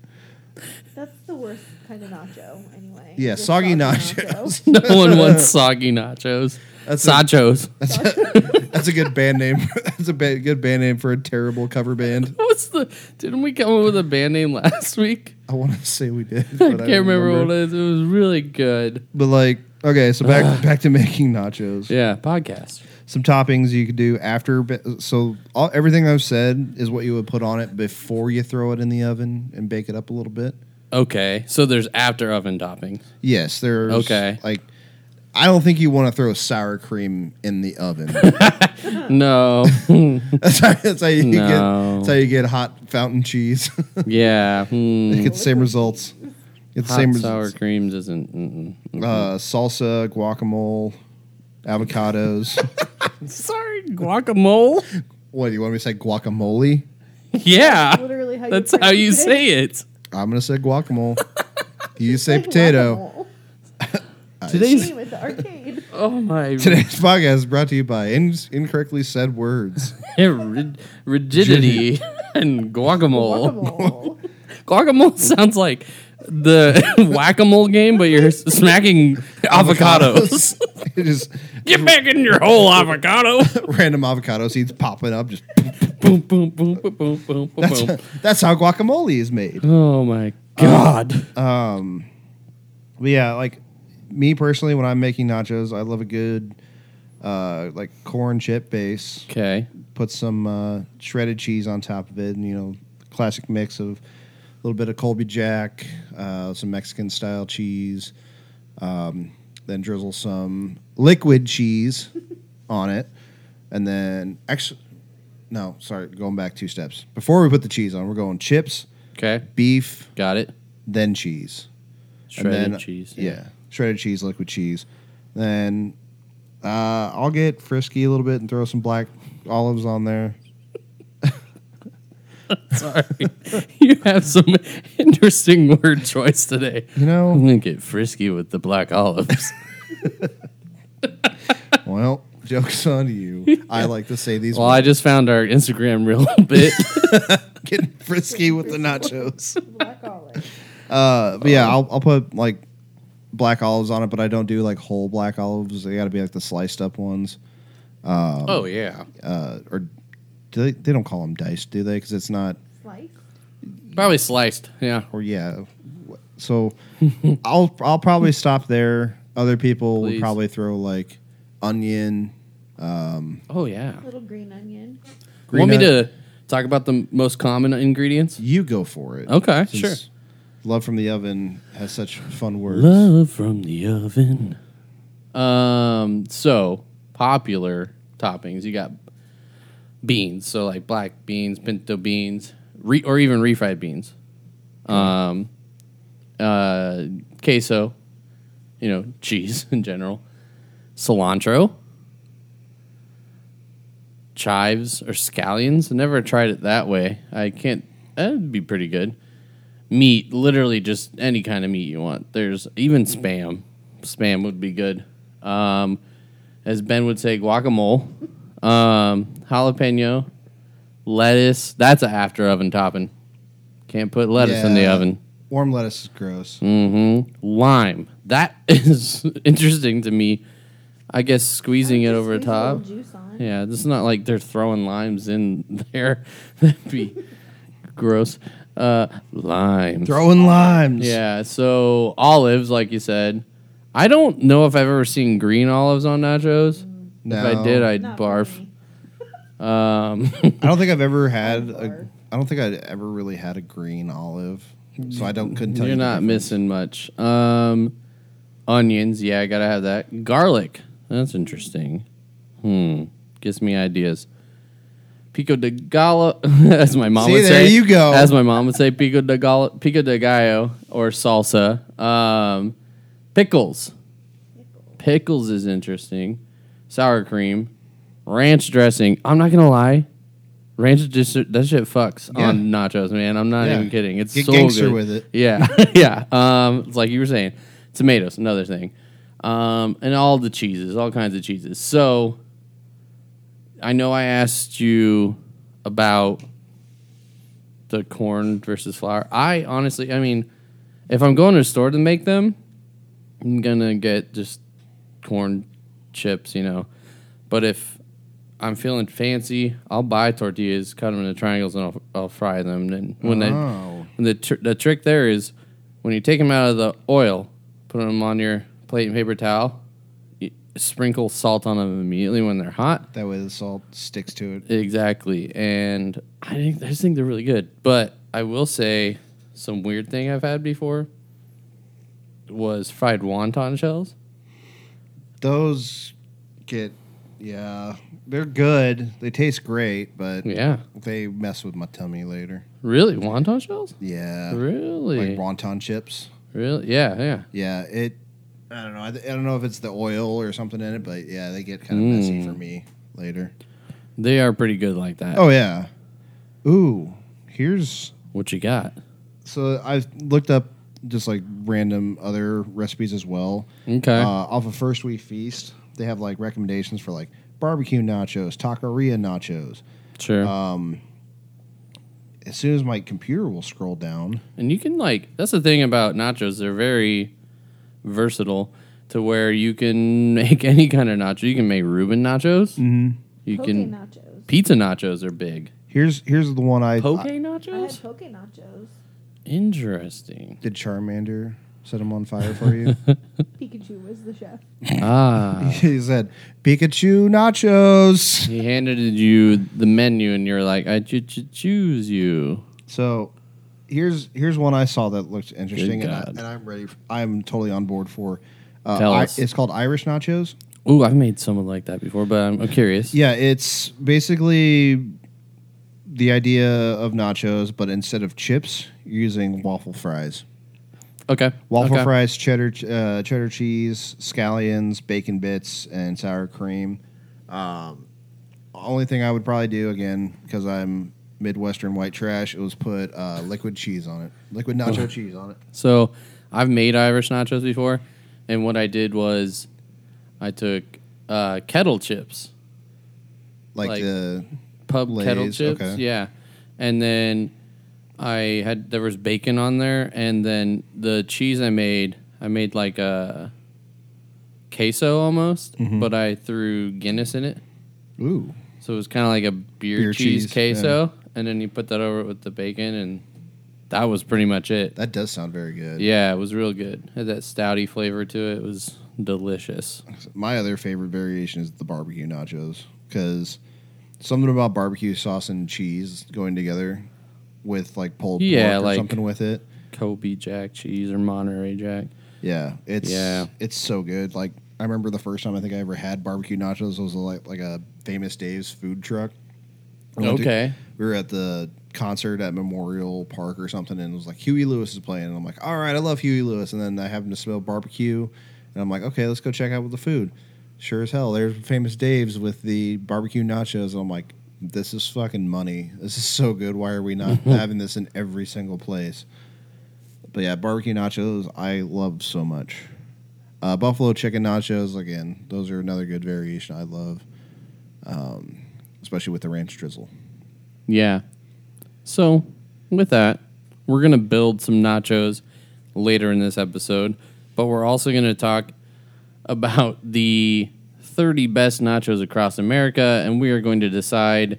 Speaker 3: That's the worst kind of nacho, anyway.
Speaker 2: Yeah,
Speaker 3: Just
Speaker 2: soggy
Speaker 3: nacho.
Speaker 2: nachos.
Speaker 1: No one wants soggy nachos.
Speaker 2: That's a-
Speaker 1: Sachos.
Speaker 2: That's a good band name. That's a ba- good band name for a terrible cover band.
Speaker 1: What's the? Didn't we come up with a band name last week?
Speaker 2: I want to say we did.
Speaker 1: I can't remember. what it is. It was really good.
Speaker 2: But like, okay, so back back to making nachos.
Speaker 1: Yeah, podcast.
Speaker 2: some toppings you could do after. but- So all, everything I've said is what you would put on it before you throw it in the oven and bake it up a little bit.
Speaker 1: Okay, so there's after oven toppings.
Speaker 2: Yes, there's
Speaker 1: Okay.
Speaker 2: Like I don't think you want to throw sour cream in the oven.
Speaker 1: No,
Speaker 2: that's, how, that's how you
Speaker 1: No.
Speaker 2: get. That's how you get hot fountain cheese.
Speaker 1: yeah, hmm.
Speaker 2: you get the same results. You Get the
Speaker 1: hot
Speaker 2: same
Speaker 1: sour
Speaker 2: results.
Speaker 1: creams isn't. Mm-mm.
Speaker 2: Uh, salsa, guacamole, avocados.
Speaker 1: Sorry, guacamole.
Speaker 2: what do you want me to say? Guacamole.
Speaker 1: Yeah,
Speaker 3: Literally how
Speaker 1: that's how you
Speaker 3: pronounce
Speaker 1: say it.
Speaker 2: I'm gonna say guacamole. you say
Speaker 3: Like
Speaker 2: potato.
Speaker 3: guacamole.
Speaker 1: Today's
Speaker 3: Game at the arcade.
Speaker 1: Oh my!
Speaker 2: Today's podcast is brought to you by in- incorrectly said words.
Speaker 1: Rid- rigidity and guacamole.
Speaker 3: Guacamole.
Speaker 1: Guacamole sounds like the whack-a-mole game, but you're smacking avocados.
Speaker 2: it just
Speaker 1: Get back in your hole, avocado.
Speaker 2: random avocado seeds popping up. Just
Speaker 1: boom, boom, boom, boom, boom, boom,
Speaker 2: that's,
Speaker 1: boom.
Speaker 2: that's how guacamole is made.
Speaker 1: Oh my god!
Speaker 2: But yeah, like me personally, when I'm making nachos, I love a good uh, like corn chip base.
Speaker 1: Okay.
Speaker 2: Put some uh, shredded cheese on top of it, and you know, classic mix of a little bit of Colby Jack, uh, some Mexican style cheese, um, then drizzle some liquid cheese on it, and then actually, no, sorry, going back two steps. Before we put the cheese on, we're going chips,
Speaker 1: Okay.
Speaker 2: beef,
Speaker 1: Got it.
Speaker 2: then cheese
Speaker 1: Shredded
Speaker 2: and then,
Speaker 1: cheese.
Speaker 2: Yeah. shredded cheese, liquid cheese. Then uh, I'll get frisky a little bit and throw some black olives on there.
Speaker 1: Sorry. you have some interesting word choice today.
Speaker 2: You
Speaker 1: I'm
Speaker 2: know,
Speaker 1: gonna get frisky with the black olives.
Speaker 2: well, joke's on you. I like to say these.
Speaker 1: well, I just found our Instagram real bit.
Speaker 2: getting frisky with the nachos.
Speaker 3: Black olive.
Speaker 2: Uh, but yeah, I'll, I'll put like black olives on it, but I don't do like whole black olives. They got to be like the sliced up ones,
Speaker 1: oh yeah.
Speaker 2: uh, or do they? They don't call them diced, do they? Because it's not.
Speaker 3: Slice.
Speaker 1: Probably sliced. Yeah.
Speaker 2: or yeah. So I'll I'll probably stop there. Other people
Speaker 1: Please.
Speaker 2: would probably throw like onion.
Speaker 1: Oh yeah.
Speaker 3: Little green onion.
Speaker 2: Green
Speaker 1: Want me
Speaker 2: onion.
Speaker 1: to talk about the most common ingredients?
Speaker 2: You go for it.
Speaker 1: Okay, sure.
Speaker 2: Love from the oven has such fun words.
Speaker 1: Love from the oven. Um. So popular toppings. You got beans. So like black beans, pinto beans, re- or even refried beans. Um. Uh. Queso. You know, cheese in general. Cilantro. Chives or scallions. I never tried it that way. I can't. That'd be pretty good. meat, literally just any kind of meat you want. There's even spam. Spam would be good. Um, as Ben would say, guacamole, um, jalapeno, lettuce. That's an after oven topping. Can't put lettuce in the
Speaker 2: Yeah.
Speaker 1: oven. Mm-hmm.
Speaker 2: Warm lettuce is gross.
Speaker 1: Lime. That is interesting to me. I guess squeezing it
Speaker 3: Just
Speaker 1: over
Speaker 3: squeeze a
Speaker 1: top.
Speaker 3: little Juice on.
Speaker 1: Yeah, it's not like they're throwing limes in there. That'd be gross. Uh, limes.
Speaker 2: Throwing limes.
Speaker 1: Yeah, so olives, like you said. I don't know if I've ever seen green olives on nachos.
Speaker 2: No.
Speaker 1: If I did, I'd
Speaker 3: Not
Speaker 1: barf.
Speaker 3: funny.
Speaker 1: Um,
Speaker 2: I don't think I've ever had
Speaker 3: Barf.
Speaker 2: a. I don't think I'd ever really had a green olive. So I don't couldn't tell
Speaker 1: you're
Speaker 2: you. the
Speaker 1: not
Speaker 2: difference.
Speaker 1: missing much. Um, onions, yeah, I gotta have that. Garlic, that's interesting. Hmm, gives me ideas. Pico de gallo, as my mom
Speaker 2: See,
Speaker 1: would
Speaker 2: there
Speaker 1: say.
Speaker 2: you go.
Speaker 1: As my mom would say, pico de gallo, pico de gallo, or salsa. Um, pickles. Pickles is interesting. Sour cream, ranch dressing. I'm not gonna lie, ranch just that shit fucks
Speaker 2: Yeah.
Speaker 1: on nachos, man. I'm not
Speaker 2: Yeah.
Speaker 1: even kidding. It's
Speaker 2: Get
Speaker 1: so
Speaker 2: gangster
Speaker 1: good.
Speaker 2: with it.
Speaker 1: Yeah, yeah. Um, it's like you were saying, tomatoes, another thing, um, and all the cheeses, all kinds of cheeses. So, I know I asked you about the corn versus flour. I honestly, I mean, if I'm going to a store to make them, I'm gonna get just corn chips, you know. But if I'm feeling fancy, I'll buy tortillas, cut them into triangles, and I'll, I'll fry them. And when I
Speaker 2: Oh.
Speaker 1: and the tr- the trick there is when you take them out of the oil, put them on your plate and paper towel, y sprinkle salt on them immediately when they're hot.
Speaker 2: That way the salt sticks to it.
Speaker 1: Exactly. And I think I just think they're really good. But I will say some weird thing I've had before was fried wonton shells.
Speaker 2: Those get, yeah, they're good. They taste great, but
Speaker 1: Yeah.
Speaker 2: they mess with my tummy later.
Speaker 1: Really? Wonton shells?
Speaker 2: Yeah,
Speaker 1: Really?
Speaker 2: like wonton chips.
Speaker 1: really? Yeah, yeah.
Speaker 2: Yeah, it. I don't know. I, I don't know if it's the oil or something in it, but yeah, they get kind of messy
Speaker 1: Hmm.
Speaker 2: for me later.
Speaker 1: They are pretty good like that.
Speaker 2: Oh yeah. Ooh, here's
Speaker 1: What you got?
Speaker 2: so I've looked up just like random other recipes as well.
Speaker 1: Okay.
Speaker 2: Uh, off of First We Feast, they have like recommendations for like barbecue nachos, taqueria nachos.
Speaker 1: sure.
Speaker 2: uh, As soon as my computer will scroll down,
Speaker 1: And you can like that's the thing about nachos, they're very versatile to where you can make any kind of nacho. You can make Reuben nachos. Mm-hmm. You
Speaker 3: poke
Speaker 1: can
Speaker 3: nachos.
Speaker 1: pizza nachos are big.
Speaker 2: here's here's the one I,
Speaker 1: Poke
Speaker 2: I
Speaker 3: I had
Speaker 1: nachos?
Speaker 3: poke nachos.
Speaker 1: Interesting.
Speaker 2: did Charmander set him on fire for you.
Speaker 3: Pikachu was the chef.
Speaker 1: ah.
Speaker 2: he said Pikachu nachos.
Speaker 1: He handed you the menu and you're like, I ch- ch- choose you.
Speaker 2: So here's here's one I saw that looked interesting, and, I,
Speaker 1: God.
Speaker 2: and I'm ready. f- I'm totally on board for. Uh,
Speaker 1: Tell
Speaker 2: I-
Speaker 1: us.
Speaker 2: It's called Irish nachos.
Speaker 1: Ooh, I've made someone like that before, but I'm, I'm curious.
Speaker 2: Yeah, it's basically the idea of nachos, but instead of chips, you're using waffle fries.
Speaker 1: Okay.
Speaker 2: Waffle
Speaker 1: okay.
Speaker 2: fries, cheddar, ch- uh, cheddar cheese, scallions, bacon bits, and sour cream. Um, only thing I would probably do again because I'm Midwestern white trash was put uh, liquid cheese on it, liquid nacho cheese on it.
Speaker 1: So I've made Irish nachos before, and what I did was I took uh, kettle chips,
Speaker 2: Like, uh,
Speaker 1: Like-
Speaker 2: the
Speaker 1: pub
Speaker 2: Lay's,
Speaker 1: kettle chips,
Speaker 2: okay.
Speaker 1: yeah, and then I had there was bacon on there, and then the cheese I made, I made like a queso almost,
Speaker 2: Mm-hmm.
Speaker 1: but I threw Guinness in it,
Speaker 2: ooh,
Speaker 1: so it was kind of like a beer,
Speaker 2: Beer
Speaker 1: cheese,
Speaker 2: cheese, yeah.
Speaker 1: queso, and then you put that over it with the bacon, and that was pretty much it.
Speaker 2: that does sound very good.
Speaker 1: Yeah, it was real good. Had that stouty flavor to it. It was delicious.
Speaker 2: My other favorite variation is the barbecue nachos because something about barbecue sauce and cheese going together with like pulled
Speaker 1: Yeah,
Speaker 2: pork or
Speaker 1: like-
Speaker 2: something with it.
Speaker 1: Kobe Jack cheese or Monterey Jack.
Speaker 2: Yeah, it's
Speaker 1: Yeah.
Speaker 2: it's so good. Like I remember the first time I think I ever had barbecue nachos was like like a famous Dave's food truck. We went to-
Speaker 1: Okay.
Speaker 2: we were at the concert at Memorial Park or something, and it was like Huey Lewis is playing, and I'm like, all right, I love Huey Lewis, and then I happen to smell barbecue, and I'm like, okay, let's go check out with the food. Sure as hell, there's famous Dave's with the barbecue nachos, and I'm like, this is fucking money. This is so good. Why are we not having this in every single place? But yeah, barbecue nachos, I love so much. Uh, buffalo chicken nachos, again, those are another good variation I love, um, especially with the ranch drizzle.
Speaker 1: Yeah. So, with that, we're going to build some nachos later in this episode, but we're also going to talk about the 30 best nachos across America, and we are going to decide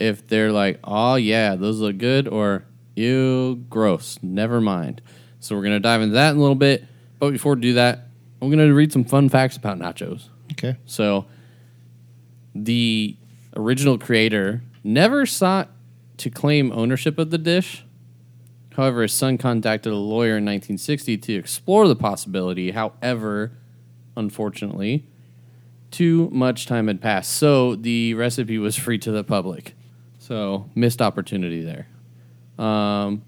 Speaker 1: if they're like, oh, yeah, those look good, or ew, gross, never mind. So, we're going to dive into that in a little bit, but before we do that, I'm going to read some fun facts about nachos.
Speaker 2: Okay.
Speaker 1: So the original creator never sought to claim ownership of the dish. However, his son contacted a lawyer in 1960 to explore the possibility. However, unfortunately, too much time had passed, so the recipe was free to the public. So, missed opportunity there. Um,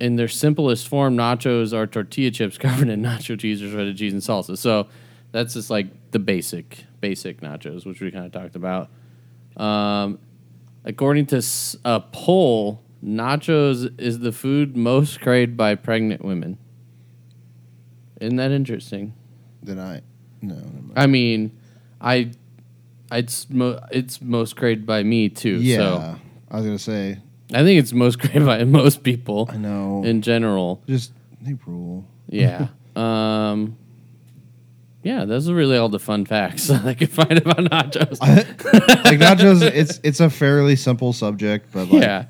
Speaker 1: in their simplest form, nachos are tortilla chips covered in nacho cheese or shredded cheese and salsa. So that's just like the basic, basic nachos, which we kind of talked about. Um, according to s- a poll, nachos is the food most craved by pregnant women. Isn't that interesting?
Speaker 2: Then I no. never mind.
Speaker 1: I mean, I, it's mo- it's most craved by me too.
Speaker 2: Yeah,
Speaker 1: So
Speaker 2: I was gonna say
Speaker 1: I think it's most craved by most people
Speaker 2: I know.
Speaker 1: in general.
Speaker 2: just they rule.
Speaker 1: Yeah. um, yeah, those are really all the fun facts that I could find about nachos.
Speaker 2: Like not just it's it's a fairly simple subject, but like
Speaker 1: yeah.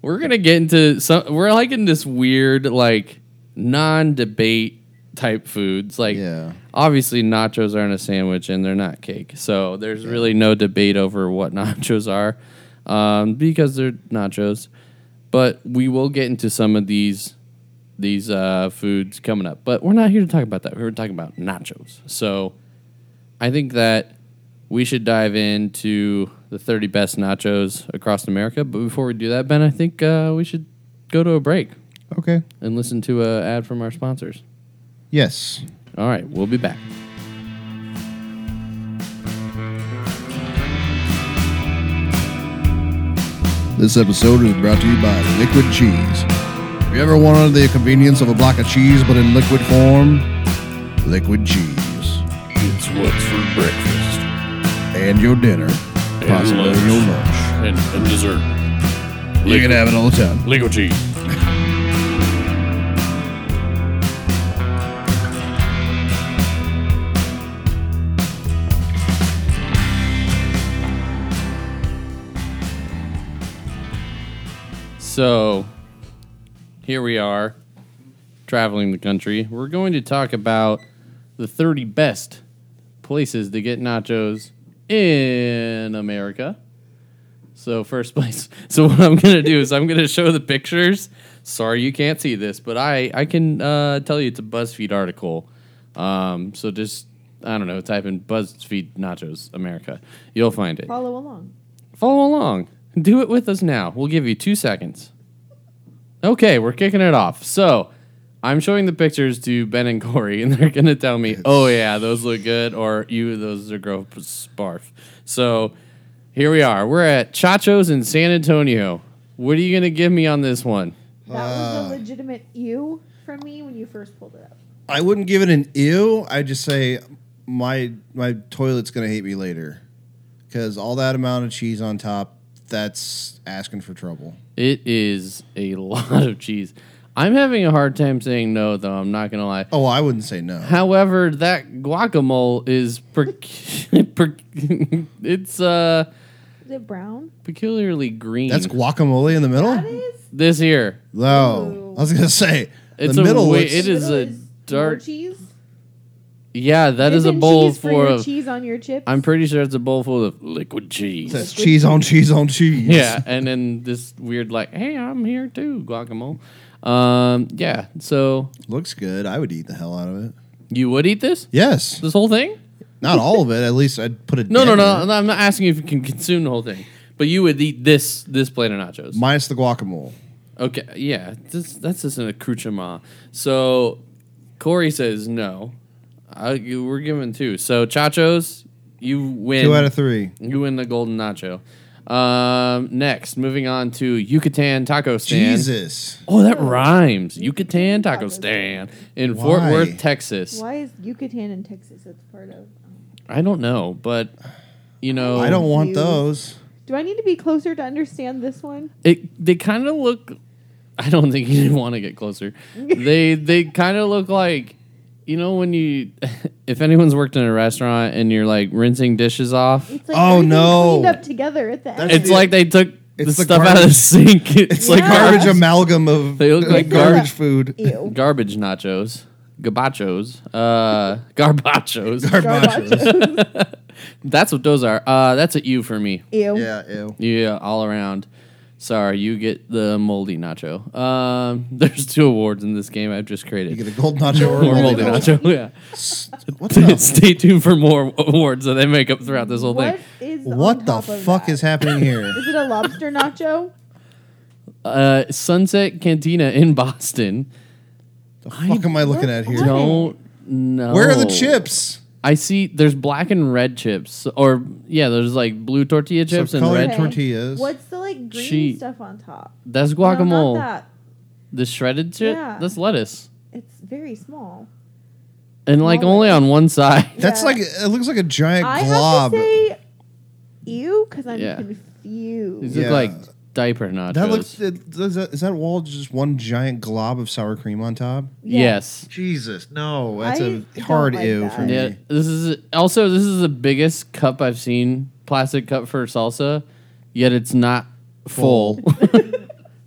Speaker 1: We're gonna get into some we're like in this weird, like non debate type foods. Like
Speaker 2: Yeah.
Speaker 1: obviously nachos aren't a sandwich and they're not cake. So there's really no debate over what nachos are. Um, because they're nachos. But we will get into some of these these uh, foods coming up. But we're not here to talk about that. We're talking about nachos. So I think that we should dive into the 30 best nachos across America. But before we do that, Ben, I think uh, we should go to a break
Speaker 2: okay.
Speaker 1: and listen to an ad from our sponsors.
Speaker 2: Yes.
Speaker 1: All right, we'll be back.
Speaker 2: This episode is brought to you by Liquid Cheese. you ever wanted the convenience of a block of cheese but in liquid form? Liquid cheese.
Speaker 4: It's what's for breakfast
Speaker 2: And your dinner. Possibly
Speaker 4: lunch.
Speaker 2: your lunch.
Speaker 4: and, and dessert.
Speaker 2: You can have it all the time.
Speaker 4: Legal cheese.
Speaker 1: So here we are traveling the country. We're going to talk about the 30 best places to get nachos in America. So first place. So what I'm going to do is I'm going to show the pictures. Sorry you can't see this, but I I can uh, tell you it's a BuzzFeed article. Um, so just I don't know, type in BuzzFeed nachos America. You'll find it.
Speaker 3: Follow along.
Speaker 1: Follow along. Do it with us now. We'll give you two seconds. Okay, we're kicking it off. So I'm showing the pictures to Ben and Corey, and they're going to tell me, oh, yeah, those look good, or you, those are gross barf. So here we are. We're at Chacho's in San Antonio. What are you going to give me on this one?
Speaker 3: That was a legitimate ew from me when you first pulled it up.
Speaker 2: I wouldn't give it an ew. I'd just say my my toilet's gonna hate me later because all that amount of cheese on top, that's asking for trouble.
Speaker 1: It is a lot of cheese. I'm having a hard time saying no, though. I'm not going to lie.
Speaker 2: Oh, I wouldn't say no.
Speaker 1: However, that guacamole is per- per- it's uh
Speaker 3: Is it brown?
Speaker 1: peculiarly green.
Speaker 2: That's guacamole in the
Speaker 3: That
Speaker 2: middle.
Speaker 3: is.
Speaker 1: this here.
Speaker 2: No, I was gonna say
Speaker 1: It's
Speaker 2: the
Speaker 1: a
Speaker 2: middle.
Speaker 1: way-
Speaker 2: looks-
Speaker 1: it is
Speaker 3: Middle
Speaker 1: a dark-
Speaker 3: more cheese.
Speaker 1: Yeah, that is a
Speaker 3: Isn't
Speaker 1: bowl
Speaker 3: cheese your
Speaker 1: full of.
Speaker 3: cheese on your chips.
Speaker 1: I'm pretty sure it's a bowl full of liquid cheese.
Speaker 2: that's cheese on cheese on cheese.
Speaker 1: yeah, and then this weird like, hey, I'm here too, guacamole. Um, yeah. So
Speaker 2: looks good. I would eat the hell out of it.
Speaker 1: you would eat this?
Speaker 2: Yes,
Speaker 1: This whole thing?
Speaker 2: not all of it. At least I'd put it.
Speaker 1: No, no, no, no. I'm not asking if you can consume the whole thing, but you would eat this this plate of nachos.
Speaker 2: Minus the guacamole.
Speaker 1: Okay, yeah, this, that's just an accoutrement. So Corey says no. I, you, we're giving two. So Chachos, you win.
Speaker 2: Two out of three.
Speaker 1: You win the golden nacho. Um, next, moving on to Yucatan Taco Stand.
Speaker 2: Jesus.
Speaker 1: Oh, that rhymes. Yucatan Taco Stand in Fort
Speaker 2: Why?
Speaker 1: Worth, Texas.
Speaker 3: Why is Yucatan in Texas? That's part of. um,
Speaker 1: I don't know, but you know,
Speaker 2: I don't want
Speaker 3: you.
Speaker 2: those.
Speaker 3: Do I need to be closer to understand this one?
Speaker 1: It they kind of look. I don't think you want to get closer. they they kind of look like you know when you if anyone's worked in a restaurant and you're like rinsing dishes off.
Speaker 3: It's like
Speaker 2: Oh,
Speaker 3: everything
Speaker 2: no.
Speaker 3: cleaned up together at the
Speaker 2: That's-
Speaker 3: end.
Speaker 1: It's like they took the
Speaker 2: It's the
Speaker 1: stuff out of the
Speaker 2: garbage-
Speaker 1: sink.
Speaker 2: It's like
Speaker 3: Yeah.
Speaker 2: garbage amalgam of
Speaker 1: They look like
Speaker 2: garbage
Speaker 3: garbage.
Speaker 2: food.
Speaker 3: Ew.
Speaker 1: garbage nachos, gabachos, uh, garbachos.
Speaker 2: Garbage.
Speaker 1: that's what those are. Uh, that's a U for me.
Speaker 3: Ew.
Speaker 2: yeah, ew.
Speaker 1: Yeah, all around. Sorry, you get the moldy nacho. Um, there's two awards in this game I've just
Speaker 2: You
Speaker 1: created.
Speaker 2: get a gold nacho or a
Speaker 1: Or moldy
Speaker 2: moldy nacho.
Speaker 1: nacho. Yeah.
Speaker 2: What the,
Speaker 1: Stay tuned for more awards that they make up throughout this whole
Speaker 3: What
Speaker 1: thing.
Speaker 3: is on
Speaker 2: what the
Speaker 3: top of
Speaker 2: fuck
Speaker 3: that?
Speaker 2: is happening here?
Speaker 3: Is it a lobster nacho?
Speaker 1: Uh, Sunset Cantina in Boston.
Speaker 2: the fuck am I looking at here?
Speaker 1: Don't know.
Speaker 2: Where are the chips?
Speaker 1: I see. There's black and red chips, or yeah, there's like blue tortilla chips and
Speaker 2: colored
Speaker 1: red.
Speaker 2: Okay. Tortillas.
Speaker 3: What's the like green
Speaker 1: She-
Speaker 3: stuff on top?
Speaker 1: That's
Speaker 3: No, not
Speaker 1: guacamole.
Speaker 3: that.
Speaker 1: The shredded chip.
Speaker 3: Yeah.
Speaker 1: That's lettuce,
Speaker 3: It's very small.
Speaker 1: and like
Speaker 3: Small
Speaker 1: only on one side.
Speaker 2: That's
Speaker 3: Yeah.
Speaker 2: like it looks like a giant
Speaker 3: I have
Speaker 2: glob.
Speaker 3: to say ew because I'm
Speaker 1: Yeah. These
Speaker 3: confused.
Speaker 1: look
Speaker 2: Yeah.
Speaker 1: like diaper nachos.
Speaker 2: That looks. it- Does that, is that wall just one giant glob of sour cream on top?
Speaker 1: Yes.
Speaker 2: Jesus, no, that's
Speaker 3: I
Speaker 2: a
Speaker 3: don't
Speaker 2: hard
Speaker 3: like
Speaker 2: ew
Speaker 3: that.
Speaker 2: for me.
Speaker 1: Yeah. This is also this is the biggest cup I've seen, plastic cup for salsa, yet it's not full.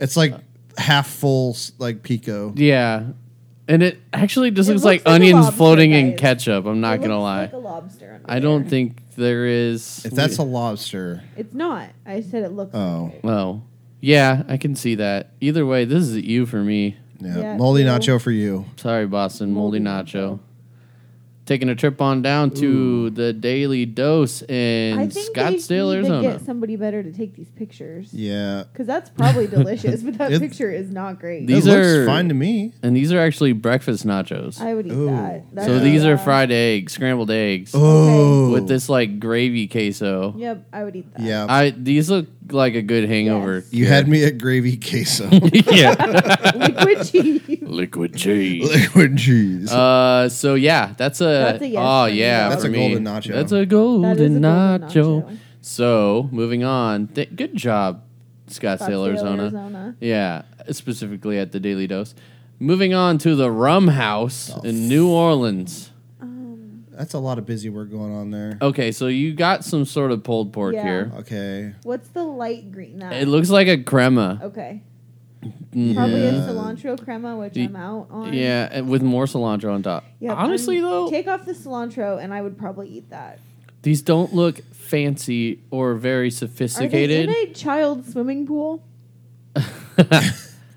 Speaker 2: It's like half full, s- like pico.
Speaker 1: Yeah. And it actually just
Speaker 3: It
Speaker 1: looks,
Speaker 3: looks
Speaker 1: like,
Speaker 3: like a
Speaker 1: onions
Speaker 3: lobster,
Speaker 1: floating in
Speaker 3: guys.
Speaker 1: ketchup. I'm
Speaker 3: It
Speaker 1: not
Speaker 3: looks
Speaker 1: going to lie.
Speaker 3: Like a lobster under
Speaker 1: I don't
Speaker 3: there.
Speaker 1: think there is.
Speaker 2: If that's a lobster,
Speaker 3: It's not. I said it looks.
Speaker 2: Oh.
Speaker 3: Like it.
Speaker 1: Well, yeah, I can see that. Either way, this is you for me.
Speaker 2: yeah,
Speaker 3: Yeah,
Speaker 2: moldy
Speaker 3: ew.
Speaker 2: nacho for you.
Speaker 1: Sorry, Boston. Moldy
Speaker 3: Moldy
Speaker 1: nacho. taking a trip on down to the Daily Dose
Speaker 3: I
Speaker 1: in
Speaker 3: think they
Speaker 1: Scottsdale,
Speaker 3: need to
Speaker 1: Arizona.
Speaker 3: get somebody better to take these pictures.
Speaker 2: Yeah.
Speaker 3: Because that's probably delicious, but that
Speaker 2: It's-
Speaker 3: picture is not great.
Speaker 1: These
Speaker 2: it looks
Speaker 1: are-
Speaker 2: fine to me.
Speaker 1: And these are actually breakfast nachos.
Speaker 3: I would eat
Speaker 2: Ooh.
Speaker 3: that. That's
Speaker 1: so these
Speaker 3: uh,
Speaker 1: are fried eggs, scrambled eggs
Speaker 2: Oh.
Speaker 1: with this like gravy queso.
Speaker 3: Yep, I would eat that.
Speaker 2: Yeah.
Speaker 1: I these look like a good hangover.
Speaker 3: Yes.
Speaker 2: you had me at gravy queso.
Speaker 1: yeah.
Speaker 3: Liquid cheese.
Speaker 4: Liquid cheese.
Speaker 2: Liquid cheese.
Speaker 1: Uh, so yeah, that's a
Speaker 3: That's a yes
Speaker 1: oh
Speaker 3: for me.
Speaker 1: yeah,
Speaker 2: That's
Speaker 1: for
Speaker 2: a
Speaker 1: me.
Speaker 2: golden nacho.
Speaker 1: That's a golden,
Speaker 3: That is a golden
Speaker 1: nacho.
Speaker 3: nacho.
Speaker 1: So moving on, Th- good job, Scottsdale,
Speaker 3: Scottsdale,
Speaker 1: Arizona. Yeah, specifically at the Daily Dose. Moving on to the Rum House
Speaker 2: Oh.
Speaker 1: in New Orleans.
Speaker 3: Um,
Speaker 2: That's a lot of busy work going on there.
Speaker 1: Okay, so you got some sort of pulled pork
Speaker 3: Yeah.
Speaker 1: here.
Speaker 2: Okay.
Speaker 3: what's the light green? That
Speaker 1: It looks like a crema.
Speaker 3: okay.
Speaker 1: Mhm.
Speaker 3: Probably a
Speaker 2: Yeah.
Speaker 3: cilantro crema, which
Speaker 1: Y-
Speaker 3: I'm out on.
Speaker 1: Yeah, and with more cilantro on top.
Speaker 3: Yep,
Speaker 1: Honestly,
Speaker 3: I'm-
Speaker 1: though,
Speaker 3: take off the cilantro, and I would probably eat that.
Speaker 1: these don't look fancy or very
Speaker 3: Are they in
Speaker 1: sophisticated.
Speaker 3: a child swimming pool?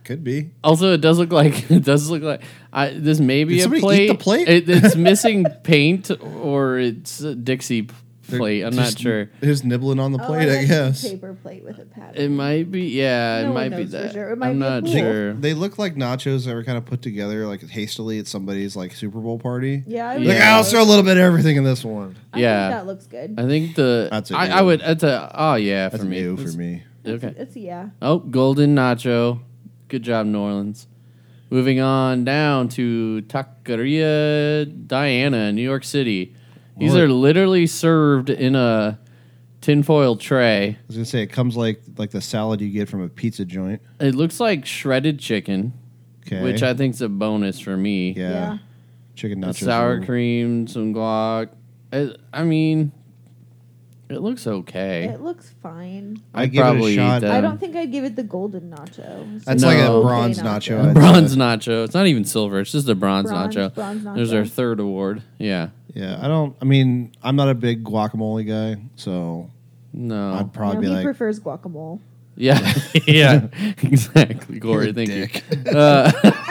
Speaker 2: Could be.
Speaker 1: also, it does look like it does look like I, this may be
Speaker 2: Did
Speaker 1: a
Speaker 2: somebody
Speaker 1: plate.
Speaker 2: eat the plate?
Speaker 1: It, it's missing paint or it's a Dixie p- plate. I'm not
Speaker 2: Just-
Speaker 1: sure.
Speaker 2: Who's nibbling on the
Speaker 3: Oh,
Speaker 2: plate, I
Speaker 3: that's a
Speaker 2: guess.
Speaker 3: paper plate with a pattern.
Speaker 1: It might be, yeah,
Speaker 3: No
Speaker 1: it
Speaker 3: one
Speaker 1: might be
Speaker 3: knows for
Speaker 1: that.
Speaker 3: sure. It might
Speaker 1: I'm
Speaker 3: be a
Speaker 1: not
Speaker 3: pool.
Speaker 2: They-
Speaker 1: sure.
Speaker 2: They look like nachos that were kind of put together like hastily at somebody's like Super Bowl party.
Speaker 3: yeah, I
Speaker 1: Like,
Speaker 3: would
Speaker 2: Like,
Speaker 1: Yeah.
Speaker 2: I'll throw a little bit of everything in this one.
Speaker 3: I
Speaker 1: Yeah.
Speaker 3: think that looks good.
Speaker 1: I think the
Speaker 2: That's a
Speaker 1: I,
Speaker 2: new
Speaker 1: I would that's a oh yeah
Speaker 2: That's
Speaker 1: for me.
Speaker 2: new
Speaker 1: That's-
Speaker 2: for me.
Speaker 1: Okay.
Speaker 3: It's a yeah.
Speaker 1: Oh, golden nacho. Good job, New Orleans. Moving on down to Taqueria Diana, in New York City. These
Speaker 2: What?
Speaker 1: are literally served in a tinfoil tray.
Speaker 2: I was gonna say it comes like like the salad you get from a pizza joint.
Speaker 1: It looks like shredded chicken,
Speaker 2: Okay.
Speaker 1: which I think's a bonus for me.
Speaker 2: yeah.
Speaker 3: Yeah.
Speaker 2: Chicken nachos.
Speaker 1: sour cream, some guac. I, I mean, it looks okay.
Speaker 3: It looks fine.
Speaker 2: I
Speaker 1: I'd
Speaker 2: give it a
Speaker 1: eat
Speaker 2: shot.
Speaker 3: I
Speaker 1: that.
Speaker 3: don't think I'd give it the golden nacho. It's
Speaker 2: That's
Speaker 3: just
Speaker 1: like a
Speaker 3: okay
Speaker 2: bronze nacho,
Speaker 1: A
Speaker 2: I'd
Speaker 1: bronze
Speaker 2: say.
Speaker 1: nacho. It's not even silver. It's just a bronze,
Speaker 3: Bronze-
Speaker 1: nacho.
Speaker 3: bronze nacho.
Speaker 1: There's our third award. Yeah.
Speaker 2: Yeah. I don't. I mean, I'm not a big guacamole guy, so
Speaker 1: No.
Speaker 2: I'd
Speaker 3: No,
Speaker 2: probably
Speaker 3: he
Speaker 2: be like,
Speaker 3: prefers guacamole.
Speaker 1: yeah. yeah. Exactly. Corey,
Speaker 2: a
Speaker 1: thank
Speaker 2: dick.
Speaker 1: you. Uh,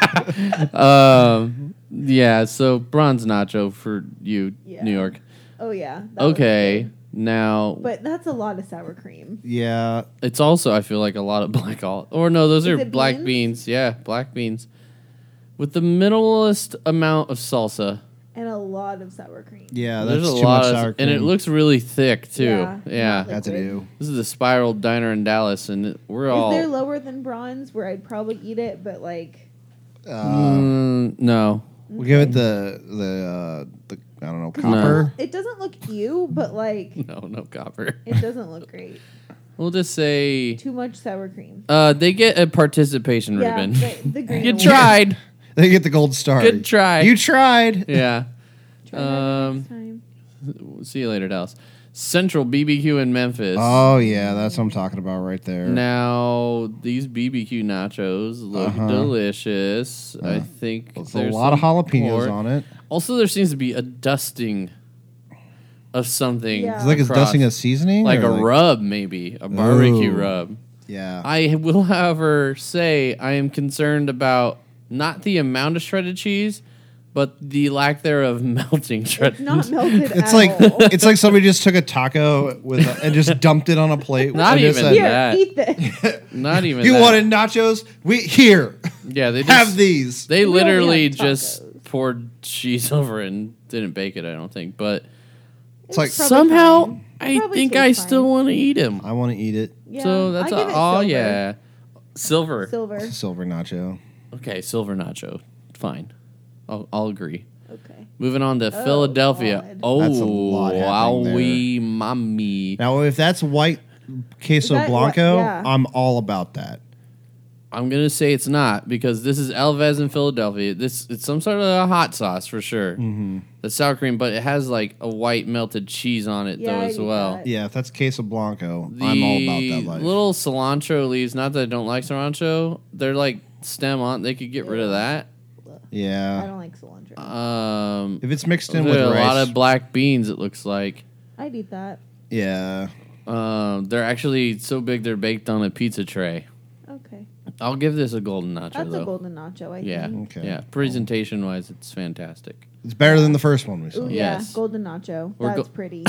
Speaker 1: um, yeah. So bronze nacho for you,
Speaker 3: Yeah.
Speaker 1: New York.
Speaker 3: Oh yeah. that was
Speaker 1: Okay.
Speaker 3: good.
Speaker 1: Now
Speaker 3: But that's a lot of sour cream.
Speaker 2: yeah,
Speaker 1: it's also I feel like a lot of black olive. Or no, those
Speaker 3: Is
Speaker 1: are
Speaker 3: it
Speaker 1: black
Speaker 3: beans?
Speaker 1: beans? Yeah, black beans with the minimalist amount of salsa.
Speaker 3: And a lot of sour cream.
Speaker 2: yeah. That's
Speaker 1: There's a
Speaker 2: too
Speaker 1: lot
Speaker 2: much
Speaker 1: of,
Speaker 2: sour cream.
Speaker 1: and it looks really thick too.
Speaker 3: Yeah,
Speaker 1: Yeah.
Speaker 3: not like-
Speaker 2: That's a new.
Speaker 1: This is the Spiral Diner in Dallas, and we're
Speaker 3: Is
Speaker 1: all.
Speaker 3: there lower than bronze where I'd probably eat it, but like
Speaker 2: Uh,
Speaker 1: Mm, no,
Speaker 2: We'll give it the the uh, the I don't know copper.
Speaker 3: it doesn't look ew, but like
Speaker 1: no, no copper.
Speaker 3: it doesn't look great.
Speaker 1: We'll just say
Speaker 3: Too much sour cream.
Speaker 1: uh, they get a participation ribbon.
Speaker 3: Yeah, but the green
Speaker 1: you
Speaker 3: one.
Speaker 1: tried.
Speaker 2: They get the gold star.
Speaker 1: Good try.
Speaker 2: You tried.
Speaker 1: yeah.
Speaker 3: Try
Speaker 1: Um,
Speaker 3: that next time.
Speaker 1: See you later, Dallas. Central BBQ in Memphis.
Speaker 2: Oh yeah, that's what I'm talking about right there.
Speaker 1: Now these BBQ nachos look
Speaker 2: Uh-huh.
Speaker 1: delicious. I think
Speaker 2: There's a
Speaker 1: there's
Speaker 2: lot of
Speaker 1: some
Speaker 2: jalapenos
Speaker 1: pork.
Speaker 2: on it.
Speaker 1: Also, there seems to be a dusting of something.
Speaker 3: Yeah.
Speaker 2: It's like it's
Speaker 1: across-
Speaker 2: dusting a seasoning,
Speaker 1: like
Speaker 2: or
Speaker 1: a rub, maybe a barbecue
Speaker 2: Ooh.
Speaker 1: rub.
Speaker 2: Yeah,
Speaker 1: I will, however, say I am concerned about not the amount of shredded cheese, but the lack thereof melting shredded.
Speaker 3: It's not melted
Speaker 2: it's
Speaker 3: at
Speaker 2: like
Speaker 3: all.
Speaker 2: it's like somebody just took a taco with a, and just dumped it on a plate.
Speaker 1: Not
Speaker 2: and just
Speaker 1: even
Speaker 2: said,
Speaker 3: Here,
Speaker 1: that.
Speaker 3: eat this.
Speaker 1: Not even.
Speaker 2: You
Speaker 1: that.
Speaker 2: wanted nachos? We here
Speaker 1: Yeah, they just,
Speaker 2: have these.
Speaker 1: They
Speaker 3: We only
Speaker 1: literally
Speaker 3: had
Speaker 1: just
Speaker 3: tacos.
Speaker 1: poured cheese over it and didn't bake it. I don't think, but
Speaker 2: It's like
Speaker 3: Probably
Speaker 1: somehow
Speaker 3: fine.
Speaker 1: I
Speaker 3: Probably
Speaker 1: think
Speaker 3: tastes
Speaker 1: I
Speaker 3: fine.
Speaker 1: still want to eat them.
Speaker 2: I want to eat it.
Speaker 3: Yeah,
Speaker 1: so that's
Speaker 3: I
Speaker 1: a,
Speaker 3: give
Speaker 1: oh
Speaker 3: it silver.
Speaker 1: yeah, silver.
Speaker 3: Silver.
Speaker 2: Silver nacho.
Speaker 1: Okay, silver nacho. Fine, I'll, I'll agree.
Speaker 3: Okay.
Speaker 1: Moving on to
Speaker 3: Oh,
Speaker 1: Philadelphia.
Speaker 3: God.
Speaker 1: Oh,
Speaker 2: That's a lot happening
Speaker 1: wowie, mommy.
Speaker 2: Now, if that's white queso
Speaker 3: that what-
Speaker 2: blanco,
Speaker 3: yeah.
Speaker 2: I'm all about that.
Speaker 1: I'm gonna say it's not because this is Elvez in Philadelphia. This it's some sort of a hot sauce for sure. Mm-hmm. The sour cream, but it has like a white melted cheese on it
Speaker 3: Yeah,
Speaker 1: though
Speaker 3: I'd
Speaker 1: as
Speaker 3: eat
Speaker 1: well.
Speaker 3: that.
Speaker 2: Yeah, if that's queso blanco,
Speaker 1: The
Speaker 2: I'm all about that life.
Speaker 1: little cilantro leaves. Not that I don't like cilantro. They're like stem on. They could get rid of that.
Speaker 3: I
Speaker 2: yeah.
Speaker 3: don't like cilantro.
Speaker 1: Um,
Speaker 2: If it's mixed in
Speaker 1: there
Speaker 2: with
Speaker 1: are a
Speaker 2: rice,
Speaker 1: lot of black beans. It looks like
Speaker 3: I'd eat that.
Speaker 2: yeah.
Speaker 1: um, they're actually so big they're baked on a pizza tray.
Speaker 3: Okay.
Speaker 1: I'll give this a golden nacho
Speaker 3: That's
Speaker 1: though.
Speaker 3: a golden nacho, I
Speaker 1: yeah,
Speaker 3: think.
Speaker 2: Okay.
Speaker 1: yeah. Presentation wise, it's fantastic.
Speaker 2: It's better than the first one we saw.
Speaker 3: Ooh,
Speaker 1: Yes.
Speaker 3: yeah, golden nacho.
Speaker 1: We're
Speaker 3: That's
Speaker 1: go-
Speaker 3: pretty.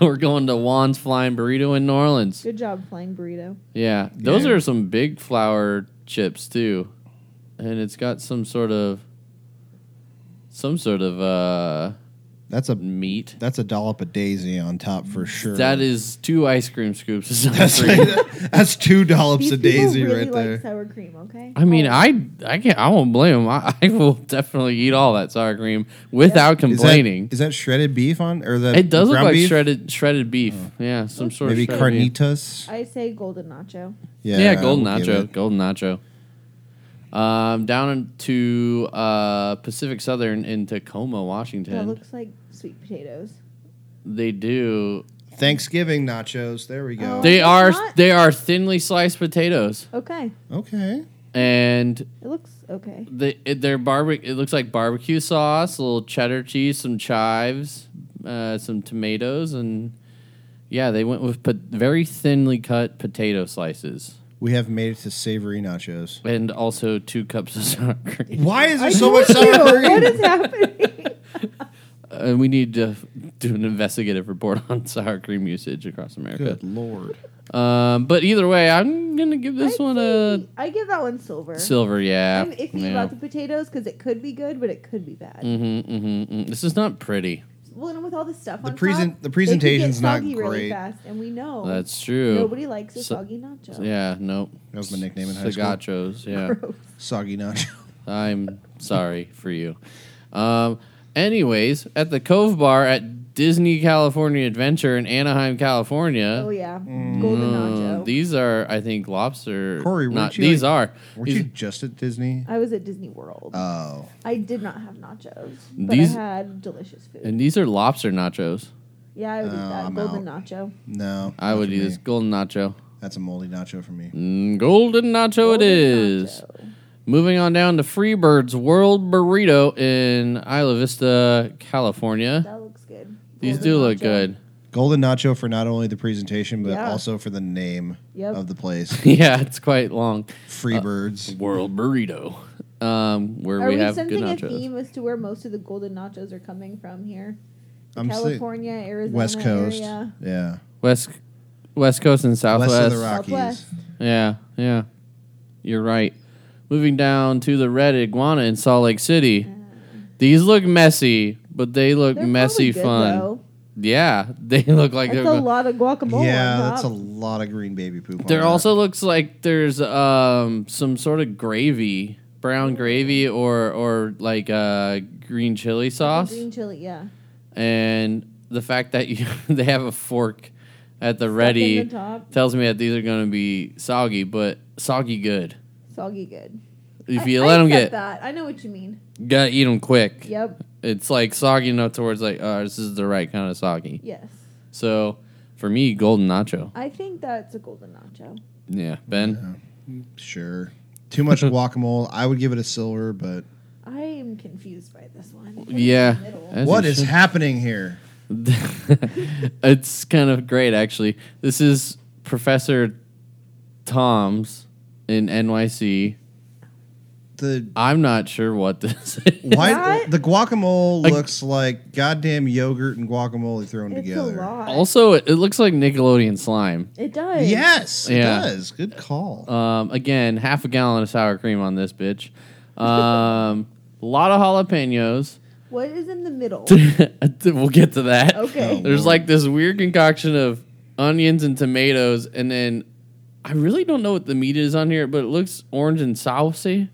Speaker 1: We're going to Juan's Flying Burrito in New Orleans.
Speaker 3: Good job, flying burrito.
Speaker 1: Yeah, those
Speaker 2: Yeah.
Speaker 1: are some big flour chips too, and it's got some sort of some sort of uh
Speaker 2: That's a
Speaker 1: meat.
Speaker 2: that's a dollop of daisy on top for sure.
Speaker 1: That is two ice cream scoops. of sour
Speaker 2: that's,
Speaker 1: cream.
Speaker 2: that's two dollops
Speaker 3: These
Speaker 2: of
Speaker 3: people
Speaker 2: daisy
Speaker 3: really
Speaker 2: right
Speaker 3: like
Speaker 2: there.
Speaker 3: sour cream, okay?
Speaker 1: I mean,
Speaker 3: Oh,
Speaker 1: I I can't. I won't blame him. I, I will definitely eat all that sour cream without
Speaker 2: Is that-
Speaker 1: complaining.
Speaker 2: Is that shredded beef on or the
Speaker 1: it does look
Speaker 2: ground
Speaker 1: like
Speaker 2: beef? Oh.
Speaker 1: shredded shredded beef. Yeah, some sort
Speaker 2: Maybe
Speaker 1: of shredded beef.
Speaker 2: carnitas.
Speaker 3: I say golden nacho.
Speaker 1: Yeah,
Speaker 2: I
Speaker 1: golden
Speaker 2: will give
Speaker 1: nacho,
Speaker 2: it.
Speaker 1: golden nacho. Um, down in- to uh, Pacific Southern in Tacoma,
Speaker 3: That
Speaker 1: Washington.
Speaker 3: looks like sweet potatoes.
Speaker 1: they do.
Speaker 2: Thanksgiving nachos. There we go.
Speaker 3: Oh.
Speaker 1: They
Speaker 3: it's
Speaker 1: are
Speaker 3: not-
Speaker 1: they are thinly sliced potatoes,
Speaker 3: Okay.
Speaker 2: okay.
Speaker 1: and
Speaker 3: It looks okay.
Speaker 1: they it, they're barbecue. It looks like barbecue sauce, a little cheddar cheese, some chives, uh, some tomatoes, and yeah, they went with pot- very thinly cut potato slices,
Speaker 2: We have made it to savory nachos.
Speaker 1: and also two cups of sour cream.
Speaker 2: Why is there
Speaker 3: I
Speaker 2: so much
Speaker 3: told you,
Speaker 2: sour
Speaker 3: What
Speaker 2: cream?
Speaker 3: is happening?
Speaker 1: And Uh, we need to f- do an investigative report on sour cream usage across America.
Speaker 2: Good lord.
Speaker 1: Um, but either way, I'm gonna give this
Speaker 3: I
Speaker 1: one a
Speaker 3: think- I give that one silver.
Speaker 1: silver. Yeah,
Speaker 3: I'm iffy
Speaker 1: yeah.
Speaker 3: about the potatoes because it could be good, but it could be bad.
Speaker 1: Mhm, mhm, mhm. This is not pretty.
Speaker 3: Well, and with all the stuff
Speaker 2: The
Speaker 3: on
Speaker 2: present-
Speaker 3: top,
Speaker 2: the
Speaker 3: they could get
Speaker 2: presentation's not
Speaker 3: soggy
Speaker 2: great.
Speaker 3: Really fast, and we know
Speaker 1: That's true.
Speaker 3: Oh. nobody likes a
Speaker 1: So-
Speaker 3: soggy nacho.
Speaker 1: Yeah, nope.
Speaker 2: That was my nickname in high school.
Speaker 1: Sagachos, yeah.
Speaker 3: Gross.
Speaker 2: Soggy nacho.
Speaker 1: I'm sorry for you. Um, anyways, at the Cove Bar at Disney California Adventure in Anaheim, California.
Speaker 3: Oh yeah, golden
Speaker 1: uh,
Speaker 3: nacho.
Speaker 1: these are, I think, lobster.
Speaker 2: Corey, weren't
Speaker 1: not
Speaker 2: you
Speaker 1: these
Speaker 2: like-
Speaker 1: are.
Speaker 2: Weren't
Speaker 1: These,
Speaker 2: you just at Disney?
Speaker 3: I was at Disney World.
Speaker 2: Oh.
Speaker 3: I did not have nachos, but
Speaker 1: Uh, These-
Speaker 3: I had delicious food.
Speaker 1: and these are lobster nachos.
Speaker 3: yeah, I would eat
Speaker 2: Oh,
Speaker 3: that
Speaker 2: I'm
Speaker 3: golden nacho.
Speaker 2: No.
Speaker 1: I
Speaker 2: not
Speaker 1: would
Speaker 2: for
Speaker 1: eat
Speaker 2: me.
Speaker 1: this golden nacho.
Speaker 2: That's a moldy nacho for me.
Speaker 1: Mm, golden nacho it
Speaker 3: Golden
Speaker 1: is.
Speaker 3: nacho.
Speaker 1: Moving on down to Freebird's World Burrito in Isla Vista, California.
Speaker 3: That looks good.
Speaker 1: These
Speaker 3: Golden
Speaker 1: do look
Speaker 3: nacho.
Speaker 1: good.
Speaker 2: Golden nacho for not only the presentation but
Speaker 3: Yeah.
Speaker 2: also for the name
Speaker 3: Yep.
Speaker 2: of the place,
Speaker 1: yeah, it's quite long.
Speaker 2: Freebirds.
Speaker 1: World Burrito, um, where
Speaker 3: Are
Speaker 1: we,
Speaker 3: we,
Speaker 1: have good
Speaker 3: sending a
Speaker 1: nachos.
Speaker 3: theme as to where most of the golden nachos are coming from here? The
Speaker 2: I'm saying
Speaker 3: California, Arizona,
Speaker 2: West Coast.
Speaker 3: Area.
Speaker 2: Yeah.
Speaker 1: West, West Coast and
Speaker 2: West
Speaker 1: Southwest.
Speaker 2: of the Rockies.
Speaker 3: Southwest.
Speaker 1: Yeah, yeah, you're right. Moving down to the Red Iguana in Salt Lake City. These look messy, but they look
Speaker 3: Uh. They're
Speaker 1: messy
Speaker 3: probably good,
Speaker 1: fun.
Speaker 3: Though.
Speaker 1: Yeah, they look like
Speaker 3: That's
Speaker 1: they're.
Speaker 3: a
Speaker 1: go-
Speaker 3: lot of guacamole.
Speaker 2: yeah,
Speaker 3: on
Speaker 2: that's a
Speaker 3: top.
Speaker 2: lot of green baby poop. on
Speaker 1: there
Speaker 2: that.
Speaker 1: also looks like there's um some sort of gravy, brown gravy, or or like uh green chili sauce.
Speaker 3: Green chili, yeah.
Speaker 1: and the fact that you they have a fork at the ready
Speaker 3: the top.
Speaker 1: tells me that these are going to be soggy, but soggy good.
Speaker 3: Soggy good.
Speaker 1: If
Speaker 3: I-
Speaker 1: you
Speaker 3: I
Speaker 1: let 'em let
Speaker 3: accept
Speaker 1: them
Speaker 3: that. I know what you mean.
Speaker 1: get, gotta eat them quick.
Speaker 3: Yep.
Speaker 1: It's like soggy enough towards like, oh, this is the right kind of soggy.
Speaker 3: Yes.
Speaker 1: So for me, golden nacho.
Speaker 3: I think that's a golden nacho.
Speaker 1: Yeah, Ben.
Speaker 2: Sure. Too much guacamole. I would give it a silver, but
Speaker 3: I am confused by this one. It's in the
Speaker 1: Yeah.
Speaker 3: middle.
Speaker 1: As
Speaker 2: what
Speaker 1: it
Speaker 2: is
Speaker 1: should.
Speaker 2: happening here?
Speaker 1: it's kind of great actually. This is Professor Tom's in NYC.
Speaker 2: The
Speaker 1: I'm not sure what this is.
Speaker 2: why
Speaker 3: That-
Speaker 2: the guacamole
Speaker 1: Like-
Speaker 2: looks like goddamn yogurt and guacamole thrown
Speaker 3: It's
Speaker 2: together.
Speaker 3: a lot.
Speaker 1: Also, it, it looks like Nickelodeon slime.
Speaker 3: it does.
Speaker 2: Yes, it
Speaker 1: Yeah.
Speaker 2: does. Good call.
Speaker 1: Um, again, half a gallon of sour cream on this bitch. Um, a lot of jalapenos.
Speaker 3: What is in the middle?
Speaker 1: we'll get to that.
Speaker 3: Okay.
Speaker 2: Oh.
Speaker 1: There's like this weird concoction of onions and tomatoes, and then I really don't know what the meat is on here, but it looks orange and saucy.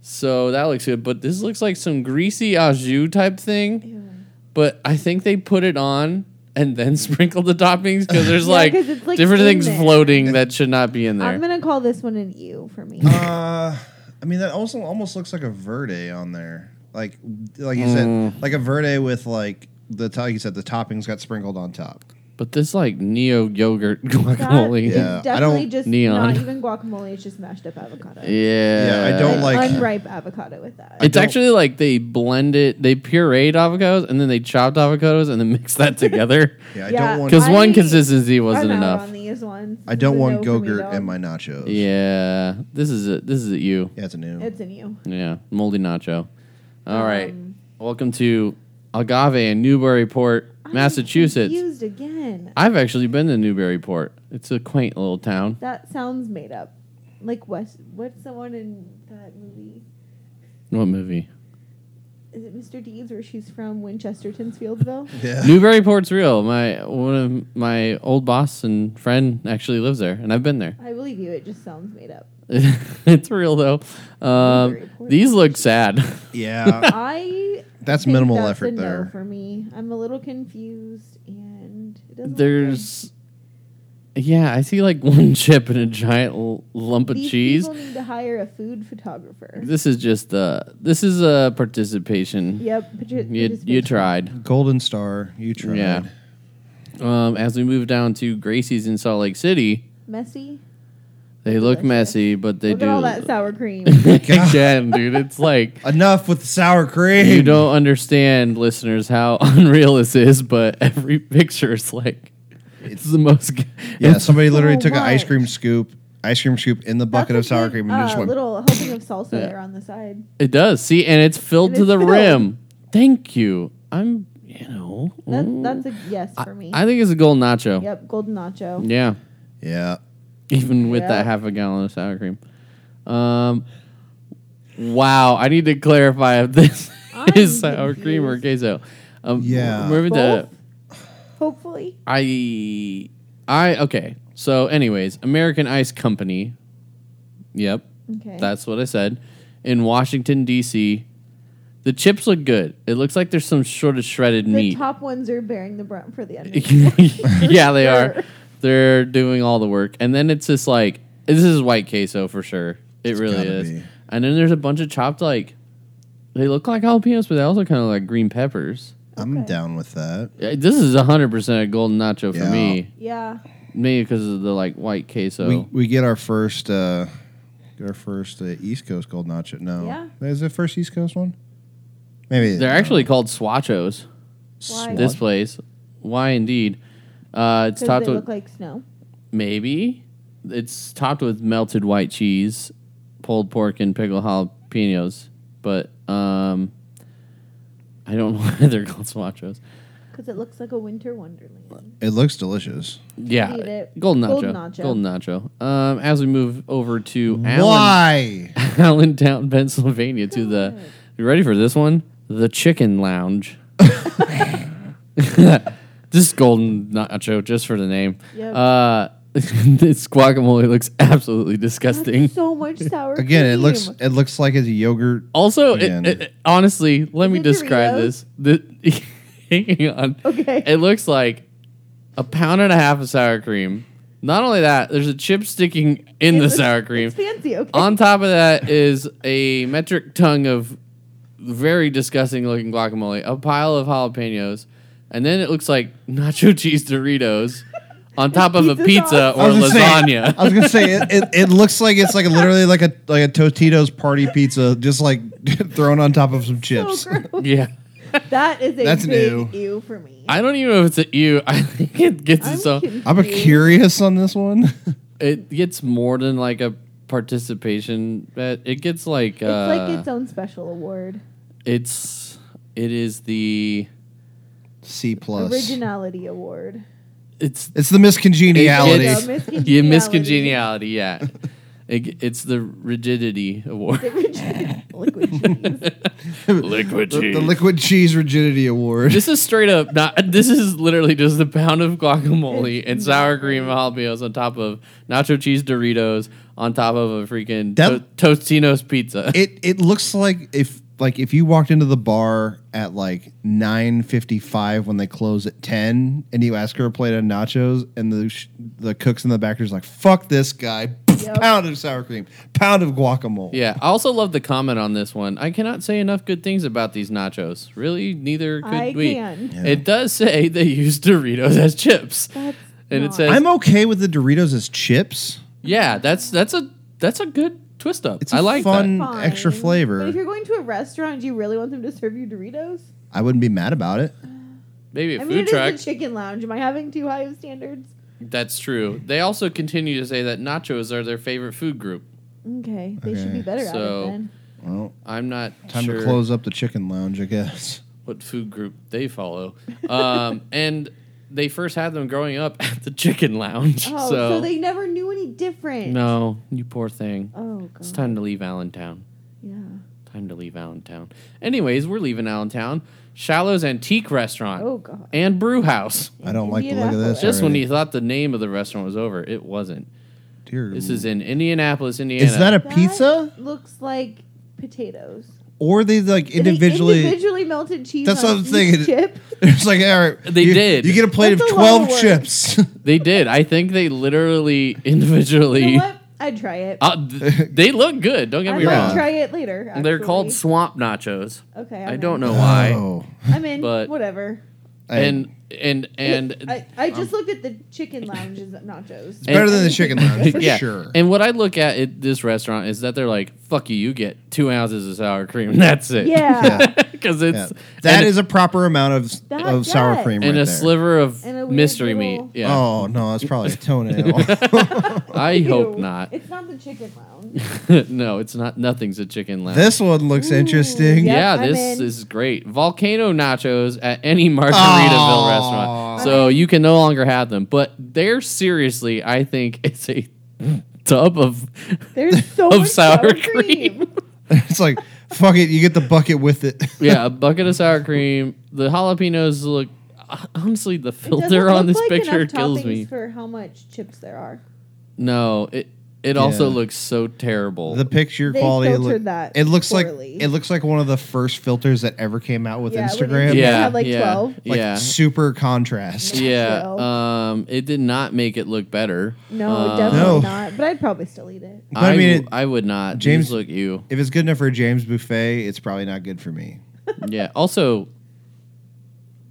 Speaker 1: So that looks good. But this looks like some greasy au jus type thing.
Speaker 3: Ew.
Speaker 1: but I think they put it on and then sprinkle the toppings because there's
Speaker 3: Yeah,
Speaker 1: like,
Speaker 3: 'cause it's, like,
Speaker 1: different
Speaker 3: in
Speaker 1: things
Speaker 3: there.
Speaker 1: floating that should not be in there.
Speaker 3: I'm gonna call this one an ew for me.
Speaker 2: uh, I mean that also almost looks like a verde on there. Like like you
Speaker 1: Mm.
Speaker 2: said, like a verde with like the to- like you said the toppings got sprinkled on top.
Speaker 1: but this like neo yogurt
Speaker 3: That
Speaker 1: guacamole.
Speaker 3: is
Speaker 2: Yeah, I
Speaker 3: definitely
Speaker 2: don't-
Speaker 3: just
Speaker 1: Neon.
Speaker 3: not even guacamole. It's just mashed up avocado.
Speaker 1: Yeah.
Speaker 2: Yeah, I don't
Speaker 3: An
Speaker 2: like-
Speaker 3: unripe avocado with that.
Speaker 1: It's
Speaker 2: don't-
Speaker 1: actually like they blend it, they pureed avocados and then they chopped avocados and then mixed that together
Speaker 2: Yeah, I
Speaker 3: Yeah.
Speaker 2: don't want.
Speaker 1: because one
Speaker 3: I-
Speaker 1: consistency wasn't
Speaker 3: I'm out
Speaker 1: enough.
Speaker 3: on these. is ones.
Speaker 2: I don't
Speaker 3: It's a
Speaker 2: want
Speaker 3: no for me,
Speaker 2: Gogurt
Speaker 3: dog.
Speaker 2: in my nachos.
Speaker 1: Yeah, this is it. This is it. You.
Speaker 2: Yeah, it's a new.
Speaker 3: It's in you.
Speaker 1: Yeah, moldy nacho. All right,
Speaker 3: Um,
Speaker 1: welcome to Agave in Newburyport,
Speaker 3: I'm
Speaker 1: Massachusetts.
Speaker 3: Confused again.
Speaker 1: I've actually been to Newburyport. It's a quaint little town.
Speaker 3: That sounds made up. Like West. What's the one in that movie?
Speaker 1: What movie?
Speaker 3: Is it Mr. Deeds where she's from Winchester, Tinsfieldville?
Speaker 2: yeah.
Speaker 1: Newburyport's real. My one of my old boss and friend actually lives there, and I've been there.
Speaker 3: I believe you. It just sounds made up.
Speaker 1: it's real though. Um,
Speaker 3: Newburyport.
Speaker 1: these look sad.
Speaker 2: yeah.
Speaker 3: I
Speaker 2: That's
Speaker 3: think
Speaker 2: minimal
Speaker 3: that's
Speaker 2: effort
Speaker 3: a no
Speaker 2: there.
Speaker 3: for me. I'm a little confused, and it doesn't look
Speaker 1: There's, yeah, I see like one chip and a giant l- lump
Speaker 3: good.
Speaker 1: of
Speaker 3: These
Speaker 1: cheese.
Speaker 3: People need to hire a food photographer.
Speaker 1: This is just uh this is a participation.
Speaker 3: Yep, but you,
Speaker 1: You you tried.
Speaker 2: Golden Star, you tried.
Speaker 1: Yeah. Um, as we move down to Gracie's in Salt Lake City,
Speaker 3: messy.
Speaker 1: they look
Speaker 3: Delicious.
Speaker 1: messy, but they
Speaker 3: Look
Speaker 1: do
Speaker 3: at all that sour cream.
Speaker 1: again, dude. It's like
Speaker 2: Enough with the sour cream.
Speaker 1: you don't understand, listeners, how unreal this is. But every picture is like it's the most.
Speaker 2: Yeah, somebody literally
Speaker 3: so
Speaker 2: took an ice
Speaker 3: much.
Speaker 2: cream scoop, ice cream scoop in the bucket of
Speaker 3: That's
Speaker 2: sour
Speaker 3: a big,
Speaker 2: cream, and
Speaker 3: uh,
Speaker 2: just went.
Speaker 3: little helping of salsa
Speaker 1: Yeah.
Speaker 3: there on the side.
Speaker 1: It does. See, and it's filled
Speaker 3: And
Speaker 1: to
Speaker 3: it's
Speaker 1: the
Speaker 3: filled.
Speaker 1: rim. Thank you. I'm, you know,
Speaker 3: That,
Speaker 1: mm.
Speaker 3: that's a yes for me.
Speaker 1: I think it's a gold nacho.
Speaker 3: yep, golden nacho.
Speaker 1: Yeah,
Speaker 2: Yeah,
Speaker 1: even with
Speaker 3: Yeah.
Speaker 1: that half a gallon of sour cream. Um, wow. I need to clarify if this
Speaker 3: I'm
Speaker 1: is sour cream or
Speaker 3: confused.
Speaker 1: queso. Um,
Speaker 2: Yeah.
Speaker 1: moving to
Speaker 3: Both? Hopefully,
Speaker 1: I, I okay. So, anyways, American Ice Company. Yep.
Speaker 3: okay.
Speaker 1: That's what I said. In Washington D.C., the chips look good. It looks like there's some sort of shredded
Speaker 3: the
Speaker 1: meat.
Speaker 3: top ones are bearing the brunt for the enemy.
Speaker 1: yeah, they are.
Speaker 3: Sure.
Speaker 1: They're doing all the work, and then it's just like this is white queso for sure. It really
Speaker 2: gotta
Speaker 1: is.
Speaker 2: be.
Speaker 1: And then there's a bunch of chopped like they look like jalapenos, but they also kind of like green peppers.
Speaker 2: I'm
Speaker 3: Okay.
Speaker 2: down with that.
Speaker 1: Uh, This is 100% a golden nacho for
Speaker 2: Yeah.
Speaker 1: me,
Speaker 3: yeah,
Speaker 1: maybe because of the like white queso.
Speaker 2: We we get our first uh, get our first uh, East Coast gold nacho. No,
Speaker 3: Yeah.
Speaker 2: is the first East Coast one? Maybe
Speaker 1: They're
Speaker 2: no.
Speaker 1: actually called swachos.
Speaker 3: Why?
Speaker 1: This place, why indeed? Uh, it's
Speaker 3: because
Speaker 1: topped
Speaker 3: they
Speaker 1: with
Speaker 3: look like snow.
Speaker 1: Maybe. It's topped with melted white cheese, pulled pork, and pickled jalapenos. But um, I don't know why they're called swachos.
Speaker 3: Because it looks like a winter wonderland.
Speaker 2: It looks delicious.
Speaker 1: Yeah,
Speaker 3: Eat it.
Speaker 1: golden nacho,
Speaker 3: Golden nacho.
Speaker 1: golden nacho. Um, as we move over to Allen,
Speaker 2: Why?
Speaker 1: Allentown, Pennsylvania, to the.
Speaker 3: God.
Speaker 1: You ready for this one? The Chicken Lounge. Just golden nacho, just for the name.
Speaker 3: Yep.
Speaker 1: Uh, this guacamole looks absolutely
Speaker 3: That's
Speaker 1: disgusting.
Speaker 3: so much sour.
Speaker 2: Again, it looks
Speaker 3: cream.
Speaker 2: it looks like it's yogurt.
Speaker 1: Also, it,
Speaker 2: Again.
Speaker 1: it- it- honestly, let
Speaker 3: Is
Speaker 1: me
Speaker 3: it
Speaker 1: describe
Speaker 3: Doritos?
Speaker 1: this. The, hang on.
Speaker 3: Okay.
Speaker 1: It looks like a pound and a half of sour cream. Not only that, there's a chip sticking in
Speaker 3: It
Speaker 1: the
Speaker 3: looks-
Speaker 1: sour cream.
Speaker 3: It's fancy. Okay.
Speaker 1: On top of that is a metric ton of very disgusting looking guacamole, a pile of jalapenos, and then it looks like nacho cheese Doritos on top of a
Speaker 3: Pizza
Speaker 1: pizza
Speaker 3: sauce.
Speaker 1: or
Speaker 2: I was gonna say-
Speaker 1: lasagna.
Speaker 2: I was gonna say it, it, it looks like it's like a, literally like a like a Totino's party pizza, just like thrown on top of some
Speaker 3: So
Speaker 2: chips.
Speaker 3: gross.
Speaker 1: yeah.
Speaker 3: that is a
Speaker 2: That's an
Speaker 3: big
Speaker 2: ew.
Speaker 3: ew for me.
Speaker 1: I don't even know if it's at you. I think it gets
Speaker 3: I'm
Speaker 1: its own.
Speaker 3: confused.
Speaker 2: I'm a curious on this one.
Speaker 1: it gets more than like a participation bet. It gets like
Speaker 3: It's
Speaker 1: uh,
Speaker 3: like its own special award.
Speaker 1: it's it is the
Speaker 2: C plus.
Speaker 3: Originality award.
Speaker 1: it's
Speaker 2: It's the miscongeniality.
Speaker 1: It's-
Speaker 3: The
Speaker 1: yeah,
Speaker 3: miscongeniality.
Speaker 1: miscongeniality. Yeah, it, it's the rigidity award.
Speaker 3: The origin- liquid cheese.
Speaker 1: Liquid
Speaker 2: the, the liquid cheese rigidity award.
Speaker 1: This is straight up not. This is literally just a pound of guacamole and sour cream and jalapenos on top of nacho cheese Doritos on top of a freaking
Speaker 2: That-
Speaker 1: to- Totino's pizza.
Speaker 2: It it looks like if like if you walked into the bar at like nine fifty five when they close at ten, and you ask for a plate of nachos, and the sh- the cooks in the back is like, "Fuck this guy!"
Speaker 3: Yep.
Speaker 2: Pound of sour cream, pound of guacamole.
Speaker 1: Yeah, I also love the comment on this one. I cannot say enough good things about these nachos. Really, neither could
Speaker 3: I
Speaker 1: we.
Speaker 3: can. Yeah.
Speaker 1: It does say they use Doritos as chips,
Speaker 3: That's
Speaker 1: and it
Speaker 3: not-
Speaker 1: says,
Speaker 2: I'm okay with the Doritos as chips.
Speaker 1: "Yeah, that's that's a that's a good twist up.
Speaker 2: It's
Speaker 1: I
Speaker 2: a
Speaker 1: like
Speaker 2: fun-
Speaker 1: that.
Speaker 3: Fine.
Speaker 2: extra flavor.
Speaker 3: But if you're going to a restaurant, do you really want them to serve you Doritos?
Speaker 2: I wouldn't be mad about it.
Speaker 1: Maybe a
Speaker 3: I
Speaker 1: food
Speaker 3: mean, it is
Speaker 1: truck.
Speaker 3: a chicken lounge. Am I having too high of standards?
Speaker 1: That's true. They also continue to say that nachos are their favorite food group.
Speaker 3: Okay, they should be
Speaker 2: Okay.
Speaker 3: better at
Speaker 1: So-
Speaker 3: it then.
Speaker 2: Well,
Speaker 1: I'm not
Speaker 2: time
Speaker 1: sure
Speaker 2: to close up the chicken lounge, I guess.
Speaker 1: what food group they follow. Um, and they first had them growing up at the chicken lounge.
Speaker 3: Oh, so,
Speaker 1: so,
Speaker 3: they never knew any different.
Speaker 1: no, you poor thing.
Speaker 3: Oh god.
Speaker 1: It's time to leave Allentown.
Speaker 3: Yeah.
Speaker 1: Time to leave Allentown. Anyways, we're leaving Allentown. Shallow's Antique Restaurant
Speaker 3: Oh god.
Speaker 1: and Brew House.
Speaker 2: I don't like the look of this.
Speaker 3: Indianapolis.
Speaker 1: Just when you thought the name of the restaurant was over, it wasn't.
Speaker 2: Dear
Speaker 1: This
Speaker 2: Lord.
Speaker 1: is in Indianapolis, Indiana.
Speaker 2: Is that a
Speaker 3: That
Speaker 2: pizza?
Speaker 3: Looks like potatoes.
Speaker 2: Or they like individually?
Speaker 3: They individually melted cheese.
Speaker 2: That's
Speaker 3: on
Speaker 2: what I'm
Speaker 3: each
Speaker 2: thinking.
Speaker 3: Chip.
Speaker 2: it's like all right.
Speaker 1: They
Speaker 2: you-
Speaker 1: did.
Speaker 2: You get a plate
Speaker 3: That's
Speaker 2: of
Speaker 3: a lot
Speaker 2: twelve
Speaker 3: of work.
Speaker 2: chips.
Speaker 1: They did. I think they literally individually.
Speaker 3: You know what? I'd try it.
Speaker 1: Uh, th- they look good. Don't get
Speaker 3: I
Speaker 1: me
Speaker 3: might
Speaker 1: wrong.
Speaker 3: try it later.
Speaker 1: They're
Speaker 3: actually.
Speaker 1: called swamp nachos.
Speaker 3: Okay.
Speaker 1: I
Speaker 3: I'm
Speaker 1: don't
Speaker 3: in.
Speaker 1: know why.
Speaker 2: Oh.
Speaker 3: I'm in.
Speaker 1: but-
Speaker 3: whatever.
Speaker 2: I-
Speaker 1: and and and um,
Speaker 3: I, I just looked at the chicken lounges at nachos.
Speaker 2: better than the chicken lounge for
Speaker 1: yeah.
Speaker 2: sure.
Speaker 1: And what I look at at this restaurant is that they're like, "Fuck you, you get two ounces of sour cream. and That's it."
Speaker 3: Yeah.
Speaker 1: because it's
Speaker 2: Yeah. That
Speaker 1: and,
Speaker 2: is a proper amount of
Speaker 3: That-
Speaker 2: of sour
Speaker 3: yes.
Speaker 2: cream
Speaker 1: and
Speaker 2: right
Speaker 1: a
Speaker 2: there.
Speaker 1: sliver of
Speaker 3: And a weird
Speaker 1: mystery
Speaker 3: little-
Speaker 1: meat. Yeah,
Speaker 2: Oh no, that's probably a toenail. Oh.
Speaker 1: I
Speaker 3: Ew.
Speaker 1: hope not.
Speaker 3: It's not the chicken lounge.
Speaker 1: no, it's not. Nothing's a chicken lounge.
Speaker 2: this one looks interesting.
Speaker 3: Yep,
Speaker 1: yeah,
Speaker 3: I'm
Speaker 1: this
Speaker 3: in.
Speaker 1: is great. Volcano nachos at any Margaritaville
Speaker 2: Aw.
Speaker 1: restaurant. So you can no longer have them. But they're seriously, I think it's a tub of
Speaker 3: There's so
Speaker 1: Of
Speaker 3: much
Speaker 1: sour
Speaker 3: sour,
Speaker 1: cream.
Speaker 3: cream.
Speaker 2: it's like fuck it, you get the bucket with it.
Speaker 1: yeah, a bucket of sour cream. The jalapenos look honestly the
Speaker 3: It doesn't
Speaker 1: filter on
Speaker 3: look
Speaker 1: this
Speaker 3: like
Speaker 1: picture
Speaker 3: enough
Speaker 1: kills
Speaker 3: toppings
Speaker 1: me.
Speaker 3: For how much chips there are.
Speaker 1: No, it it also
Speaker 2: Yeah.
Speaker 1: looks so terrible.
Speaker 2: The picture
Speaker 3: They
Speaker 2: quality it,
Speaker 3: filtered
Speaker 2: look-
Speaker 3: that
Speaker 2: it looks
Speaker 3: poorly.
Speaker 2: like it looks like one of the first filters that ever came out with
Speaker 3: Yeah, when
Speaker 2: Instagram.
Speaker 3: Instagram
Speaker 1: yeah,
Speaker 3: had, like,
Speaker 1: yeah,
Speaker 3: 12.
Speaker 2: Like
Speaker 1: yeah.
Speaker 2: super contrast.
Speaker 1: Yeah,
Speaker 3: Well.
Speaker 1: um, it did not make it look better.
Speaker 3: No,
Speaker 1: Um,
Speaker 2: No.
Speaker 3: definitely not. But I'd probably still eat it.
Speaker 2: But I, mean, it,
Speaker 1: I would not. James,
Speaker 2: James-
Speaker 1: look you.
Speaker 2: if it's good enough for a James buffet, it's probably not good for me.
Speaker 1: Yeah. Also,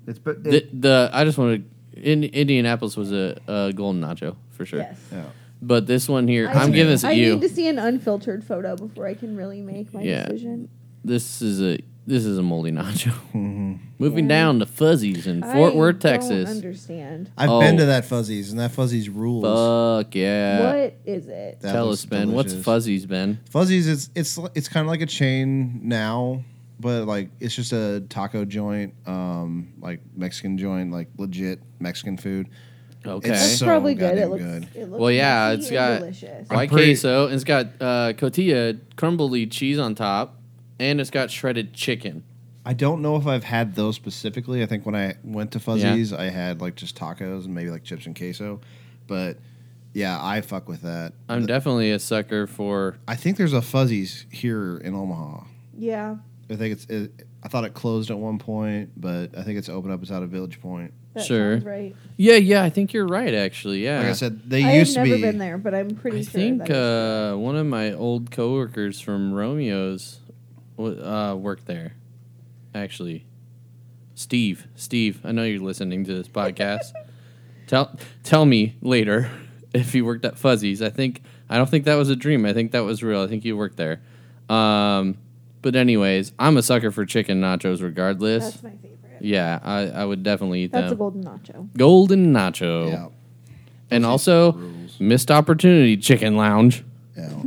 Speaker 2: It's but
Speaker 1: the, the I just wanted in Indianapolis was a, a golden nacho for sure.
Speaker 3: Yes.
Speaker 1: But this one here,
Speaker 3: I
Speaker 1: I am
Speaker 3: need-
Speaker 1: giving this
Speaker 3: I
Speaker 1: at you.
Speaker 3: need to see an unfiltered photo before I can really make my
Speaker 1: Yeah.
Speaker 3: decision.
Speaker 1: This is a this is a moldy nacho.
Speaker 2: Mm-hmm.
Speaker 1: Moving down to Fuzzies in Fort
Speaker 3: I
Speaker 1: Worth,
Speaker 3: don't
Speaker 1: Texas.
Speaker 3: understand.
Speaker 2: I've
Speaker 1: Oh.
Speaker 2: been to that fuzzies and that fuzzies rules.
Speaker 1: Fuck yeah!
Speaker 3: what is it?
Speaker 2: Uh, That
Speaker 1: Tell
Speaker 2: looks
Speaker 1: us, Ben. What's
Speaker 2: delicious.
Speaker 1: Fuzzies, Ben?
Speaker 2: Fuzzies is it's it's kind of like a chain now, but like it's just a taco joint, um, like Mexican joint, like legit Mexican food.
Speaker 1: Okay.
Speaker 3: That's
Speaker 2: so
Speaker 3: probably good. It
Speaker 2: goddamn
Speaker 3: looks,
Speaker 2: good.
Speaker 3: It looks
Speaker 1: Well, yeah,
Speaker 3: messy
Speaker 1: it's
Speaker 3: and
Speaker 1: got-
Speaker 3: delicious.
Speaker 1: White
Speaker 2: pretty-
Speaker 1: queso, and it's got uh, cotija crumbly cheese on top, and it's got shredded chicken.
Speaker 2: I don't know if I've had those specifically. I think when I went to Fuzzies, I had like just tacos and maybe like chips and queso, but yeah, I fuck with that.
Speaker 1: I'm definitely a sucker for.
Speaker 2: I think there's a Fuzzies here in Omaha.
Speaker 3: Yeah,
Speaker 2: I think it's. It, I thought it closed at one point, but I think it's opened up. It's out of Village Point.
Speaker 3: that
Speaker 1: Sure.
Speaker 3: sounds right.
Speaker 1: Yeah, yeah, I think you're right. Actually, yeah.
Speaker 2: Like I said, they
Speaker 3: I
Speaker 2: used
Speaker 3: have
Speaker 2: to
Speaker 3: never
Speaker 2: be.
Speaker 3: been there, but I'm pretty
Speaker 1: I
Speaker 3: sure.
Speaker 1: think
Speaker 3: that is-
Speaker 1: uh, one of my old coworkers from Romeo's w- uh, worked there. Actually, Steve, Steve, I know you're listening to this podcast. tell tell me later if you worked at Fuzzies. I think I don't think that was a dream. I think that was real. I think you worked there. Um, but anyways, I'm a sucker for chicken nachos, regardless.
Speaker 3: that's my favorite.
Speaker 1: yeah, I, I would definitely eat
Speaker 3: That's a
Speaker 1: them.
Speaker 3: golden nacho.
Speaker 1: Golden nacho,
Speaker 2: Yeah,
Speaker 1: and also
Speaker 2: rules.
Speaker 1: missed opportunity chicken lounge.
Speaker 2: yeah.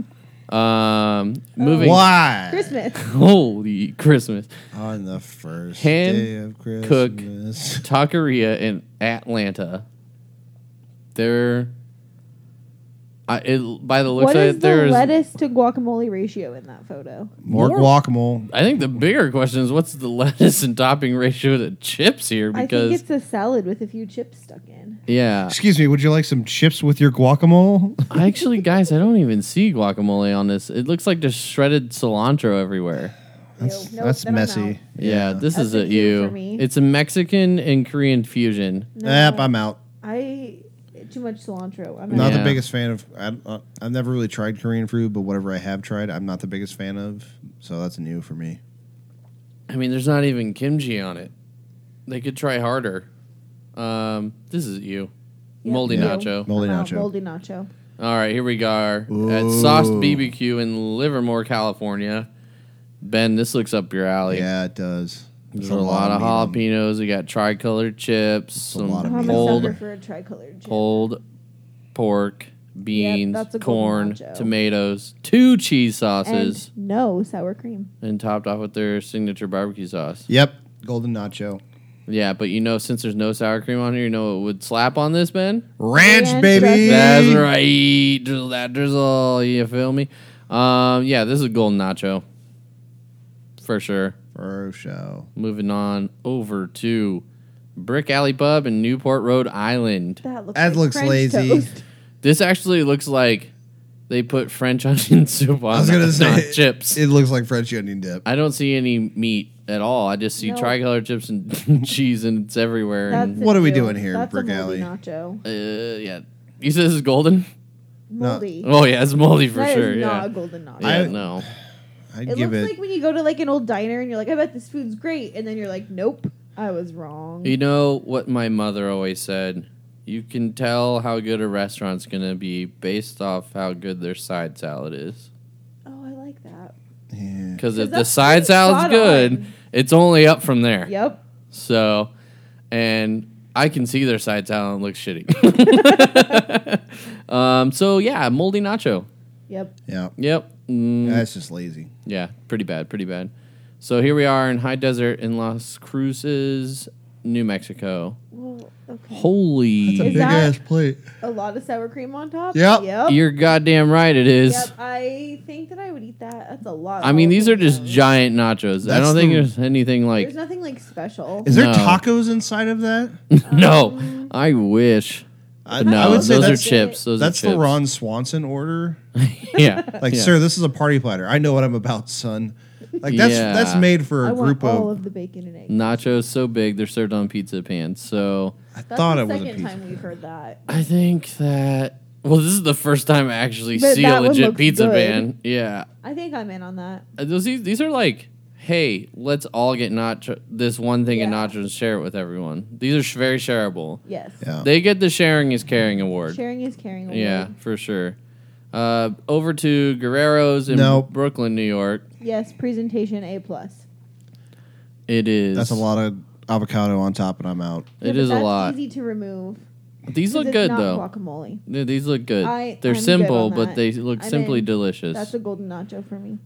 Speaker 1: Um, moving.
Speaker 2: Why?
Speaker 3: Christmas.
Speaker 1: Holy Christmas!
Speaker 2: On the first
Speaker 1: Hand
Speaker 2: day of
Speaker 1: cook.
Speaker 2: Christmas.
Speaker 1: Taqueria in Atlanta. There. I, it, by the looks
Speaker 3: What
Speaker 1: of
Speaker 3: is
Speaker 1: it,
Speaker 3: the
Speaker 1: there's.
Speaker 3: lettuce to guacamole ratio in that photo?
Speaker 2: More
Speaker 1: More-
Speaker 2: guacamole.
Speaker 1: I think the bigger question is what's the lettuce and topping ratio to chips here?
Speaker 3: I think
Speaker 1: Because
Speaker 3: it's a salad with a few chips stuck in.
Speaker 1: yeah,
Speaker 2: Excuse me, would you like some chips with your guacamole?
Speaker 1: I actually, guys, I don't even see guacamole on this. It looks like just shredded cilantro everywhere.
Speaker 2: That's,
Speaker 3: Nope,
Speaker 2: that's
Speaker 3: then I'm
Speaker 2: messy.
Speaker 3: out.
Speaker 1: Yeah, this
Speaker 3: That's
Speaker 1: is
Speaker 3: a
Speaker 1: a
Speaker 3: few for
Speaker 1: ew.
Speaker 3: me.
Speaker 1: It's a Mexican and Korean fusion.
Speaker 3: No,
Speaker 2: Yep, I'm out.
Speaker 3: I too much cilantro. I'm
Speaker 2: Not
Speaker 3: out.
Speaker 1: Yeah.
Speaker 2: the biggest fan of. I, uh, I've never really tried Korean food, but whatever I have tried, I'm not the biggest fan of. So that's new for me.
Speaker 1: I mean, there's not even kimchi on it. They could try harder. Um, this is you.
Speaker 3: Yeah,
Speaker 1: Moldy
Speaker 3: ew.
Speaker 1: nacho.
Speaker 2: Moldy
Speaker 3: I'm out.
Speaker 2: nacho.
Speaker 3: Moldy nacho.
Speaker 1: All right, here we are at Sauced BBQ in Livermore, California. Ben, this looks up your alley.
Speaker 2: yeah, it does.
Speaker 1: There's a lot of
Speaker 2: meat on-
Speaker 1: jalapenos. We got tricolored chips,
Speaker 2: a
Speaker 1: some
Speaker 2: lot of
Speaker 3: I'm
Speaker 2: meat
Speaker 3: a
Speaker 2: Mold.
Speaker 1: cold,
Speaker 3: sucker for a tricolored chip.
Speaker 1: cold pork, beans,
Speaker 3: that's a golden
Speaker 1: corn,
Speaker 3: nacho.
Speaker 1: tomatoes, two cheese sauces,
Speaker 3: And no sour cream.
Speaker 1: and, topped off with their signature barbecue sauce.
Speaker 2: Yep, golden nacho,
Speaker 1: Yeah, but you know, since there's no sour cream on here, you know it would slap on this, Ben?
Speaker 2: ranch,
Speaker 3: Ranch
Speaker 2: baby.
Speaker 3: dressing.
Speaker 1: That's right. Drizzle that drizzle. You feel me? Um, yeah, this is golden nacho. For sure.
Speaker 2: For show.
Speaker 1: Moving on over to Brick Alley Pub in Newport, Rhode Island.
Speaker 3: That looks
Speaker 2: That
Speaker 3: like
Speaker 2: looks
Speaker 3: French
Speaker 2: lazy.
Speaker 3: Toast.
Speaker 1: This actually looks like they put French onion soup on,
Speaker 2: I was gonna
Speaker 1: Uh, not
Speaker 2: say
Speaker 1: chips.
Speaker 2: It looks like French onion dip.
Speaker 1: I don't see any meat at all. I just see
Speaker 3: No.
Speaker 1: tricolor
Speaker 3: tricolor
Speaker 1: chips and cheese, and it's everywhere.
Speaker 3: That's
Speaker 2: What
Speaker 3: it,
Speaker 2: are we
Speaker 3: too.
Speaker 2: doing here,
Speaker 3: That's a
Speaker 2: Brick
Speaker 3: moldy
Speaker 2: Alley?
Speaker 3: Nacho.
Speaker 1: yeah, you said this is golden.
Speaker 3: Moldy.
Speaker 1: Oh yeah, it's moldy for
Speaker 3: That is
Speaker 1: sure.
Speaker 3: not
Speaker 1: Yeah,
Speaker 3: a golden nacho.
Speaker 1: yeah
Speaker 2: I-
Speaker 1: no.
Speaker 2: I'd
Speaker 3: it
Speaker 2: give
Speaker 3: looks
Speaker 2: it.
Speaker 3: like when you go to like an old diner and you're like, I bet this food's great, and then you're like, Nope, I was wrong.
Speaker 1: You know what my mother always said? You can tell how good a restaurant's gonna be based off how good their side salad is.
Speaker 3: oh, I like that.
Speaker 2: yeah.
Speaker 1: Because
Speaker 3: 'Cause
Speaker 1: if the
Speaker 3: that's
Speaker 1: side
Speaker 3: pretty
Speaker 1: salad's
Speaker 3: spot
Speaker 1: good,
Speaker 3: on.
Speaker 1: it's only up from there.
Speaker 3: Yep.
Speaker 1: So, and I can see their side talent looks shitty. um, so yeah, moldy nacho.
Speaker 3: Yep.
Speaker 2: yeah,
Speaker 1: Yep. Mm,
Speaker 2: that's just lazy.
Speaker 1: yeah, pretty bad, pretty bad. So here we are in high desert in Las Cruces, New Mexico.
Speaker 3: Well, okay.
Speaker 1: Holy,
Speaker 3: Is big that- ass
Speaker 2: plate.
Speaker 3: a lot of sour cream on top.
Speaker 2: Yep.
Speaker 3: Yep.
Speaker 1: you're goddamn right, it is.
Speaker 3: Oh. Yep. I think that I would eat that. That's a lot. of
Speaker 1: I mean, these are
Speaker 3: jalapenos.
Speaker 1: just giant nachos. I
Speaker 2: That's
Speaker 1: don't think
Speaker 2: the-
Speaker 1: there's anything like
Speaker 3: There's nothing like special.
Speaker 2: Is there
Speaker 1: No.
Speaker 2: tacos inside of that?
Speaker 1: no. I wish.
Speaker 2: I,
Speaker 1: no,
Speaker 2: I would say
Speaker 1: those are
Speaker 2: that's,
Speaker 1: chips. Those
Speaker 2: that's
Speaker 1: are chips.
Speaker 2: the Ron Swanson order.
Speaker 1: yeah,
Speaker 2: Like,
Speaker 1: Yeah.
Speaker 2: sir, this is a party platter. I know what I'm about, son. Like that's
Speaker 1: Yeah.
Speaker 2: that's made for a
Speaker 3: I want
Speaker 2: group
Speaker 3: all
Speaker 2: of.
Speaker 3: of the bacon and egg.
Speaker 1: nachos so big they're served on pizza pans. So
Speaker 2: I
Speaker 3: That's
Speaker 2: thought
Speaker 3: the
Speaker 2: it was a
Speaker 3: second
Speaker 2: pizza.
Speaker 3: time we've heard that.
Speaker 1: I think that well, this is the first time I actually
Speaker 3: But
Speaker 1: see
Speaker 3: that
Speaker 1: a
Speaker 3: one
Speaker 1: legit
Speaker 3: looks
Speaker 1: pizza
Speaker 3: good.
Speaker 1: pan. Yeah,
Speaker 3: I think I'm in on that.
Speaker 1: Uh, those these, these are like, hey, let's all get nacho this one thing in
Speaker 3: Yeah.
Speaker 1: nachos and share it with everyone. These are sh- very shareable.
Speaker 3: Yes.
Speaker 2: Yeah.
Speaker 1: They get the sharing is caring award.
Speaker 3: Sharing is caring. award.
Speaker 1: Yeah, for sure. Uh, over to Guerrero's in
Speaker 2: Nope.
Speaker 1: Brooklyn, New York.
Speaker 3: Yes. Presentation A plus.
Speaker 1: It is.
Speaker 2: That's a lot of avocado on top, and I'm out.
Speaker 3: Yeah,
Speaker 1: It
Speaker 3: but
Speaker 1: is a
Speaker 3: that's
Speaker 1: lot.
Speaker 3: Easy to remove.
Speaker 1: These
Speaker 3: 'cause
Speaker 1: look
Speaker 3: it's
Speaker 1: good
Speaker 3: not
Speaker 1: though.
Speaker 3: Guacamole.
Speaker 1: Yeah, These look good.
Speaker 3: I-
Speaker 1: They're
Speaker 3: I'm good
Speaker 1: simple,
Speaker 3: on
Speaker 1: but
Speaker 3: that.
Speaker 1: they look
Speaker 3: I'm
Speaker 1: simply
Speaker 3: in.
Speaker 1: delicious.
Speaker 3: That's a golden nacho for me.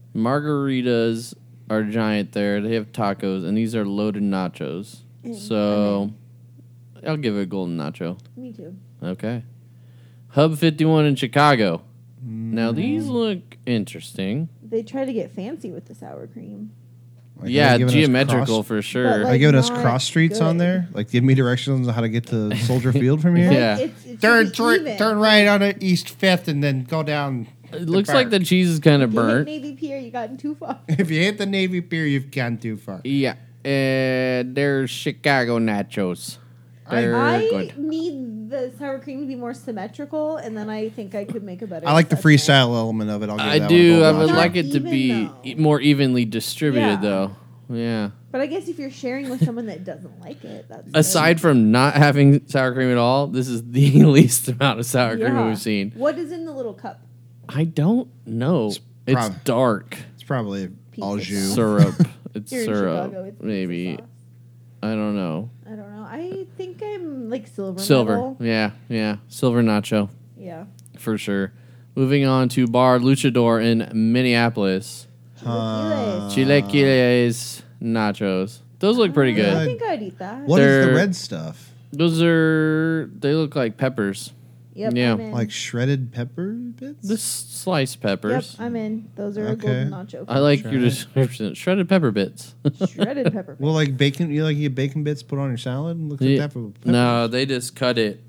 Speaker 1: margaritas are giant there. They have tacos, and these are loaded nachos.
Speaker 3: Mm,
Speaker 1: So I'll give it a golden nacho.
Speaker 3: Me too.
Speaker 1: Okay. Hub 51 in Chicago.
Speaker 2: Mm-hmm.
Speaker 1: Now, these look interesting.
Speaker 3: They try to get fancy with the sour cream.
Speaker 2: Like,
Speaker 1: yeah,
Speaker 2: they're giving us
Speaker 1: geometrical
Speaker 2: Cross,
Speaker 1: for sure.
Speaker 2: are they
Speaker 3: like,
Speaker 2: giving us
Speaker 3: not
Speaker 2: cross streets on
Speaker 3: good.
Speaker 2: there? Like, give me directions on how to get to Soldier Field from here.
Speaker 3: Like,
Speaker 1: Yeah.
Speaker 3: It's, it's
Speaker 2: Turn
Speaker 3: just
Speaker 2: turn
Speaker 3: even.
Speaker 2: turn right on to East Fifth, and then go down.
Speaker 1: it looks like the cheese is kind of
Speaker 3: If you hit
Speaker 1: burnt.
Speaker 3: Navy Pier, you gotten too far.
Speaker 2: If you hit the Navy Pier, you've gone too far.
Speaker 1: Yeah. And there's Chicago nachos.
Speaker 2: I-
Speaker 1: They're
Speaker 3: I
Speaker 1: good.
Speaker 3: need the sour cream to be more symmetrical, and then I think I could make a better.
Speaker 2: I like the
Speaker 3: assessment.
Speaker 2: freestyle element of it. I'll give
Speaker 1: I
Speaker 2: that
Speaker 1: do.
Speaker 2: One a
Speaker 1: I
Speaker 2: gold
Speaker 1: would
Speaker 2: nacho.
Speaker 1: like it to
Speaker 3: Even
Speaker 1: be
Speaker 3: though-
Speaker 1: e- more evenly distributed,
Speaker 3: Yeah.
Speaker 1: though. Yeah.
Speaker 3: But I guess if you're sharing with someone that doesn't like it, that's good.
Speaker 1: aside from not having sour cream at all, this is the least amount of sour cream
Speaker 3: Yeah.
Speaker 1: we've seen.
Speaker 3: What is in the little cup?
Speaker 1: I don't know. It's,
Speaker 2: prob-
Speaker 1: dark
Speaker 2: It's probably all
Speaker 3: Pizza.
Speaker 2: jus.
Speaker 1: syrup. It's
Speaker 3: Here in
Speaker 1: syrup,
Speaker 3: Chicago, it's pizza
Speaker 1: maybe.
Speaker 3: sauce.
Speaker 1: I don't know.
Speaker 3: I don't know. I think I'm like silver.
Speaker 1: Silver,
Speaker 3: medal.
Speaker 1: yeah, yeah, silver nacho
Speaker 3: Yeah.
Speaker 1: for sure. Moving on to Bar Luchador in Minneapolis, Uh,
Speaker 3: Chilaquiles.
Speaker 1: chilaquiles nachos. Those look pretty
Speaker 3: I
Speaker 1: good.
Speaker 3: think I'd eat that.
Speaker 2: What is
Speaker 1: They're-
Speaker 2: the red stuff?
Speaker 1: Those are they look like peppers.
Speaker 3: Yep.
Speaker 1: Yeah.
Speaker 3: I'm in.
Speaker 2: Like shredded pepper bits?
Speaker 1: This sliced
Speaker 3: Yep.
Speaker 1: peppers.
Speaker 3: I'm in. Those are
Speaker 2: Okay.
Speaker 3: golden nacho.
Speaker 1: I like your
Speaker 2: Shredded.
Speaker 1: description. Shredded pepper bits.
Speaker 3: shredded pepper.
Speaker 2: well, like bacon. You like you get bacon bits put on your salad and look at
Speaker 1: Yeah.
Speaker 2: that for pepper.
Speaker 1: No, they just cut it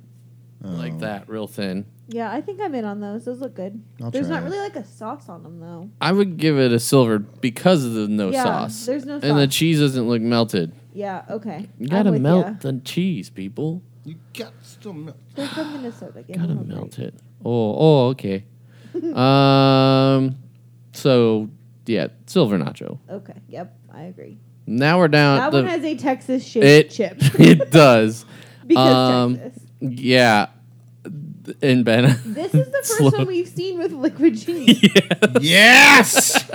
Speaker 1: like
Speaker 2: Oh.
Speaker 1: that, real thin.
Speaker 3: yeah, I think I'm in on those. Those look good.
Speaker 2: I'll
Speaker 3: There's
Speaker 2: try
Speaker 3: not
Speaker 2: it.
Speaker 3: really like a sauce on them though.
Speaker 1: I would give it a silver because of the no
Speaker 3: Yeah,
Speaker 1: sauce.
Speaker 3: there's no
Speaker 1: And the
Speaker 3: sauce.
Speaker 1: cheese doesn't look melted.
Speaker 3: Yeah. Okay.
Speaker 1: You
Speaker 3: I'm
Speaker 1: gotta
Speaker 3: with
Speaker 1: melt
Speaker 3: ya.
Speaker 1: the cheese, people.
Speaker 2: You got still milk.
Speaker 3: They're from Minnesota. Give
Speaker 1: Gotta
Speaker 3: them a break.
Speaker 1: melt it. Oh, oh, okay. um, so yeah, silver nacho.
Speaker 3: Okay. Yep. I agree.
Speaker 1: Now we're down.
Speaker 3: That
Speaker 1: the,
Speaker 3: one has a Texas shaped
Speaker 1: it
Speaker 3: chip
Speaker 1: it does.
Speaker 3: because
Speaker 1: um,
Speaker 3: Texas.
Speaker 1: Yeah. Th- and Ben.
Speaker 3: This is the first
Speaker 1: Slow-
Speaker 3: one we've seen with liquid genius.
Speaker 2: Yes!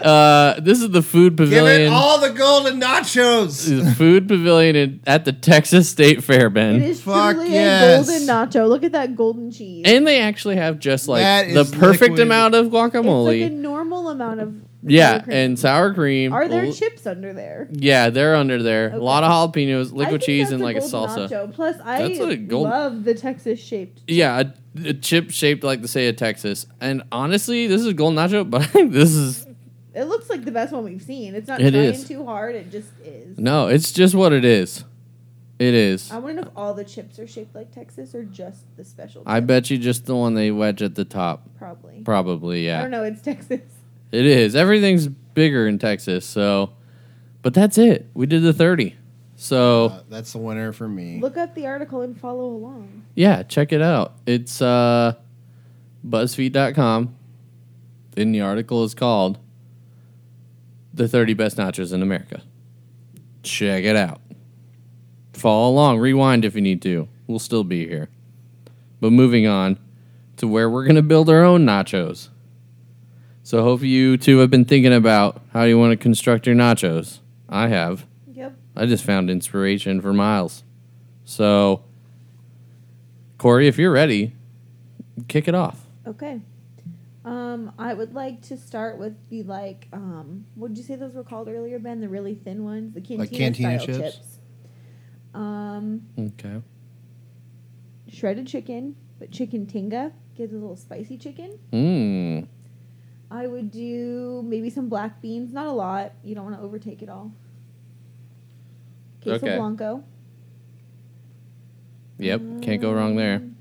Speaker 1: uh, this is the food
Speaker 2: Give it
Speaker 1: pavilion.
Speaker 2: all the golden nachos.
Speaker 1: the food pavilion in, at the Texas State Fair,
Speaker 3: It
Speaker 1: Ben.
Speaker 3: is
Speaker 2: Fuck
Speaker 3: truly
Speaker 2: yes.
Speaker 3: a golden nacho. Look at that golden cheese.
Speaker 1: And they actually have just like
Speaker 2: That
Speaker 1: the
Speaker 2: is
Speaker 1: perfect
Speaker 2: liquid.
Speaker 1: amount of
Speaker 3: it's
Speaker 1: guacamole.
Speaker 3: like a normal amount of sour
Speaker 1: yeah,
Speaker 3: cream.
Speaker 1: and sour cream.
Speaker 3: are there
Speaker 1: Well,
Speaker 3: chips under there?
Speaker 1: Yeah, they're under there. A
Speaker 3: Okay.
Speaker 1: lot of jalapenos,
Speaker 3: I
Speaker 1: liquid
Speaker 3: think
Speaker 1: cheese,
Speaker 3: that's
Speaker 1: and like a
Speaker 3: golden
Speaker 1: salsa.
Speaker 3: nacho. Plus, I
Speaker 1: That's a gold-
Speaker 3: love the Texas shaped.
Speaker 1: Yeah, a, a chip shaped like the state of Texas. And honestly, this is golden nacho, but I think this is
Speaker 3: It looks like the best one we've seen. It's not
Speaker 1: It
Speaker 3: trying
Speaker 1: is.
Speaker 3: too hard. It just is.
Speaker 1: no. It's just what it is. It is.
Speaker 3: I want to know if all the chips are shaped like Texas or just the special.
Speaker 1: I
Speaker 3: chip.
Speaker 1: bet you just the one they wedge at the top.
Speaker 3: probably.
Speaker 1: Probably,
Speaker 3: I
Speaker 1: yeah.
Speaker 3: don't know. It's Texas.
Speaker 1: It is. Everything's bigger in Texas, so but that's it. We did the 30. So,
Speaker 2: Uh, that's the winner for me.
Speaker 3: Look up the article and follow along.
Speaker 1: yeah, check it out. It's uh buzzfeed.com. In the article is called The 30 Best Nachos in America. Check it out. Follow along, rewind if you need to. We'll still be here. But moving on to where we're going to build our own nachos. So, hopefully, you two have been thinking about how you want to construct your nachos. I have.
Speaker 3: Yep.
Speaker 1: I just found inspiration for miles. So, Corey, if you're ready, kick it off.
Speaker 3: Okay. Um, I would like to start with the like, um, what did you say those were called earlier, Ben? The really thin ones, the cantina,
Speaker 2: Like cantina
Speaker 3: style
Speaker 2: chips?
Speaker 3: chips. Um,
Speaker 1: Okay.
Speaker 3: shredded chicken, but chicken tinga gives a little spicy chicken.
Speaker 1: Mmm.
Speaker 3: I would do maybe some black beans, not a lot. You don't want to overtake it all. Queso
Speaker 1: Okay.
Speaker 3: blanco.
Speaker 1: Yep. Can't go wrong there.
Speaker 3: Um,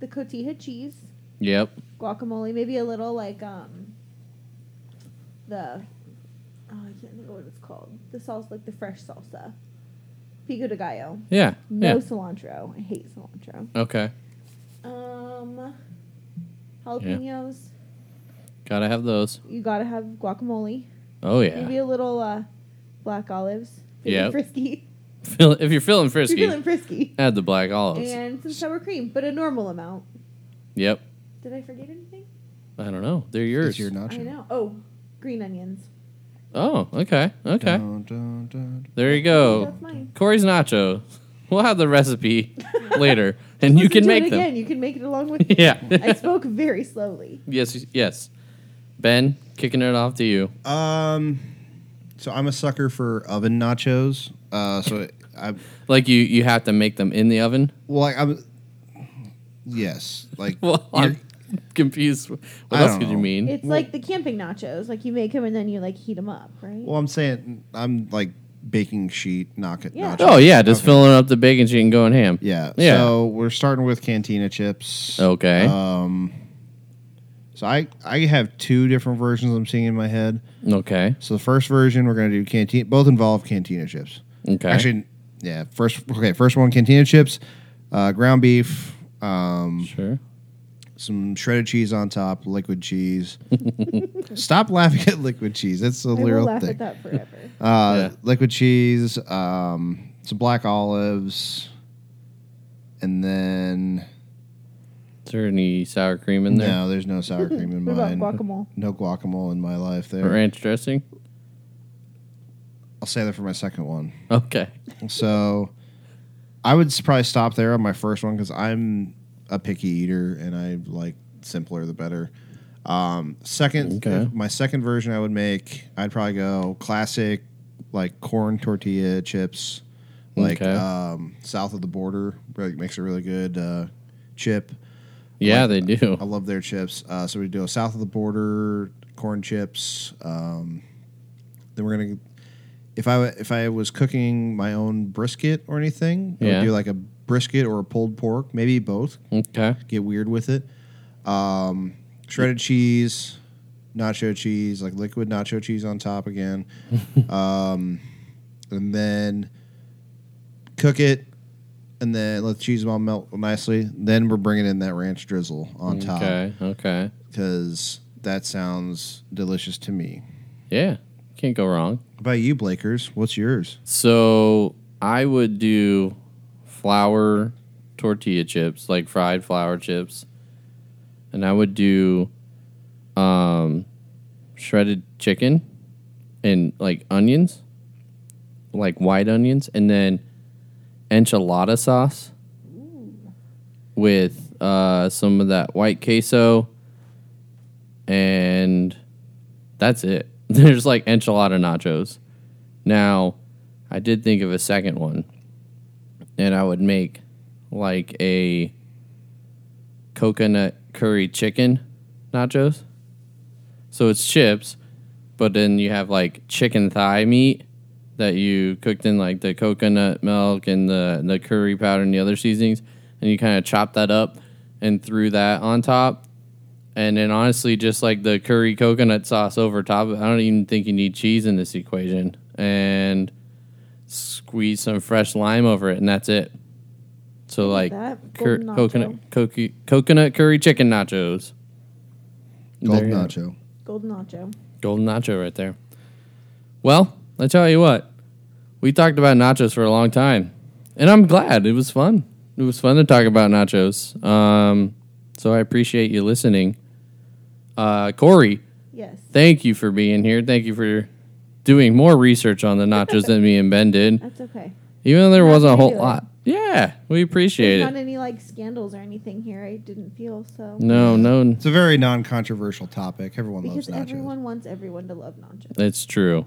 Speaker 3: The cotija cheese,
Speaker 1: Yep.
Speaker 3: guacamole, maybe a little like um. The, oh, I can't think of what it's called. The salsa, like the fresh salsa, pico de gallo.
Speaker 1: Yeah.
Speaker 3: No
Speaker 1: Yeah.
Speaker 3: cilantro. I hate cilantro.
Speaker 1: Okay.
Speaker 3: Um, jalapenos.
Speaker 1: Gotta have those.
Speaker 3: You gotta have guacamole.
Speaker 1: Oh yeah.
Speaker 3: Maybe a little uh, black olives. Maybe
Speaker 1: Yep.
Speaker 3: frisky.
Speaker 1: Feel- if you're feeling
Speaker 3: If
Speaker 1: frisky,
Speaker 3: You're feeling frisky.
Speaker 1: add the black olives.
Speaker 3: And some sour cream, but a normal amount.
Speaker 1: Yep.
Speaker 3: Did I forget anything?
Speaker 1: I don't know. They're yours.
Speaker 2: It's your
Speaker 3: I
Speaker 2: nacho.
Speaker 3: know. Oh, green onions.
Speaker 1: oh. Okay. Okay.
Speaker 2: Dun, dun, dun.
Speaker 1: There you go.
Speaker 3: That's mine.
Speaker 1: Corey's nacho. We'll have the recipe later, and you
Speaker 3: Listen
Speaker 1: can
Speaker 3: to
Speaker 1: make
Speaker 3: it
Speaker 1: them.
Speaker 3: again. You can make it along with me.
Speaker 1: Yeah.
Speaker 3: I spoke very slowly.
Speaker 1: yes. Yes. Ben, kicking it off to you.
Speaker 2: Um, so I'm a sucker for oven nachos. Uh, so I,
Speaker 1: Like you, you have to make them in the oven.
Speaker 2: well, like, I'm, yes, like
Speaker 1: Well,
Speaker 2: you're-
Speaker 1: I'm confused. What
Speaker 2: I
Speaker 1: else
Speaker 2: don't
Speaker 1: could you
Speaker 2: know.
Speaker 1: mean?
Speaker 3: It's like the camping nachos. Like you make them and then you like heat them up, right?
Speaker 2: Well, I'm saying I'm like baking sheet knock it.
Speaker 3: Yeah.
Speaker 2: nachos.
Speaker 1: oh yeah, just
Speaker 2: Okay.
Speaker 1: filling up the bacon sheet and going ham.
Speaker 2: Yeah.
Speaker 1: Yeah.
Speaker 2: So we're starting with Cantina chips.
Speaker 1: Okay.
Speaker 2: Um, so I I have two different versions I'm seeing in my head.
Speaker 1: okay.
Speaker 2: So the first version we're gonna do Cantina. Both involve Cantina chips.
Speaker 1: Okay.
Speaker 2: Actually, yeah. First, okay. First one, Cantina chips, uh, ground beef, um,
Speaker 1: sure.
Speaker 2: some shredded cheese on top, liquid cheese. Stop laughing at liquid cheese. That's a
Speaker 3: I will
Speaker 2: literal
Speaker 3: laugh
Speaker 2: thing.
Speaker 3: at that forever.
Speaker 2: Uh
Speaker 1: Yeah.
Speaker 2: liquid cheese, um, some black olives, and then
Speaker 1: Is there any sour cream in there?
Speaker 2: no, there's no sour cream in
Speaker 3: what about
Speaker 2: mine.
Speaker 3: guacamole?
Speaker 2: No guacamole in my life.
Speaker 1: Or
Speaker 2: There,
Speaker 1: ranch dressing?
Speaker 2: I'll say that for my second one.
Speaker 1: Okay.
Speaker 2: So, I would s- probably stop there on my first one because I'm a picky eater and I like simpler the better. Um, second,
Speaker 1: Okay.
Speaker 2: if- my second version I would make. I'd probably go classic, like corn tortilla chips, like
Speaker 1: Okay.
Speaker 2: um, south of the border. Really makes a really good uh, chip.
Speaker 1: Yeah, they do.
Speaker 2: I love their chips. Uh, so we do a south of the border corn chips. Um, then we're gonna, if I if I was cooking my own brisket or anything, I
Speaker 1: Yeah.
Speaker 2: would do like a brisket or a pulled pork, maybe both.
Speaker 1: Okay.
Speaker 2: Get weird with it. Um, shredded cheese, nacho cheese, like liquid nacho cheese on top again, um, and then cook it. And then let the cheese all melt nicely. Then we're bringing in that ranch drizzle on top
Speaker 1: Okay. Okay.
Speaker 2: because that sounds delicious to me.
Speaker 1: Yeah. Can't go wrong.
Speaker 2: How about you, Blakers? What's yours?
Speaker 1: So I would do flour tortilla chips, like fried flour chips, and I would do um, shredded chicken and like onions, like white onions, and then enchilada sauce with uh, some of that white queso, and that's it. There's like enchilada nachos. Now, I did think of a second one, and I would make like a coconut curry chicken nachos. So it's chips, but then you have like chicken thigh meat that you cooked in like the coconut milk and the the curry powder and the other seasonings, and you kind of chop that up and threw that on top. And then honestly, just like the curry coconut sauce over top, I don't even think you need cheese in this equation. And squeeze some fresh lime over it, and that's it. So like
Speaker 3: that.
Speaker 1: cur-
Speaker 3: Golden nacho.
Speaker 1: coconut coco- coconut curry chicken nachos.
Speaker 5: Gold
Speaker 1: There you go.
Speaker 5: nacho.
Speaker 3: Golden nacho.
Speaker 1: Golden nacho right there. Well, I tell you what, we talked about nachos for a long time, and I'm glad it was fun. It was fun to talk about nachos. Um, so I appreciate you listening, uh, Corey.
Speaker 3: Yes.
Speaker 1: Thank you for being here. Thank you for doing more research on the nachos than me and Ben did,
Speaker 3: That's okay.
Speaker 1: even though there
Speaker 3: Glad
Speaker 1: wasn't a
Speaker 3: we
Speaker 1: whole
Speaker 3: do it.
Speaker 1: lot. Yeah, we appreciate
Speaker 3: There's not
Speaker 1: it.
Speaker 3: any like scandals or anything here. I didn't feel so.
Speaker 1: No, no,
Speaker 5: It's a very non-controversial topic. Everyone
Speaker 3: Because
Speaker 5: loves nachos.
Speaker 3: everyone wants everyone to love nachos.
Speaker 1: it's true.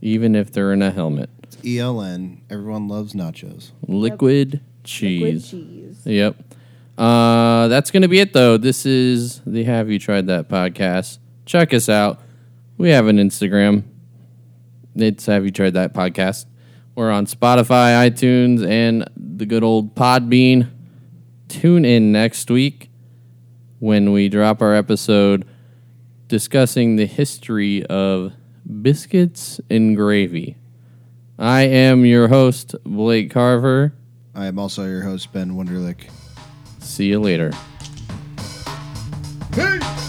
Speaker 1: Even if they're in a helmet,
Speaker 5: It's
Speaker 2: E
Speaker 5: ELN. Everyone loves nachos.
Speaker 1: liquid
Speaker 3: Liquid
Speaker 1: cheese.
Speaker 3: cheese.
Speaker 1: Yep. Uh, that's going to be it, though. This is the Have You Tried That podcast. Check us out. We have an Instagram. It's Have You Tried That podcast. We're on Spotify, iTunes, and the good old Podbean. Tune in next week when we drop our episode discussing the history of biscuits and gravy. I am your host, Blake Carver.
Speaker 5: I am also your host, Ben Wunderlich.
Speaker 1: See you later.
Speaker 5: Peace!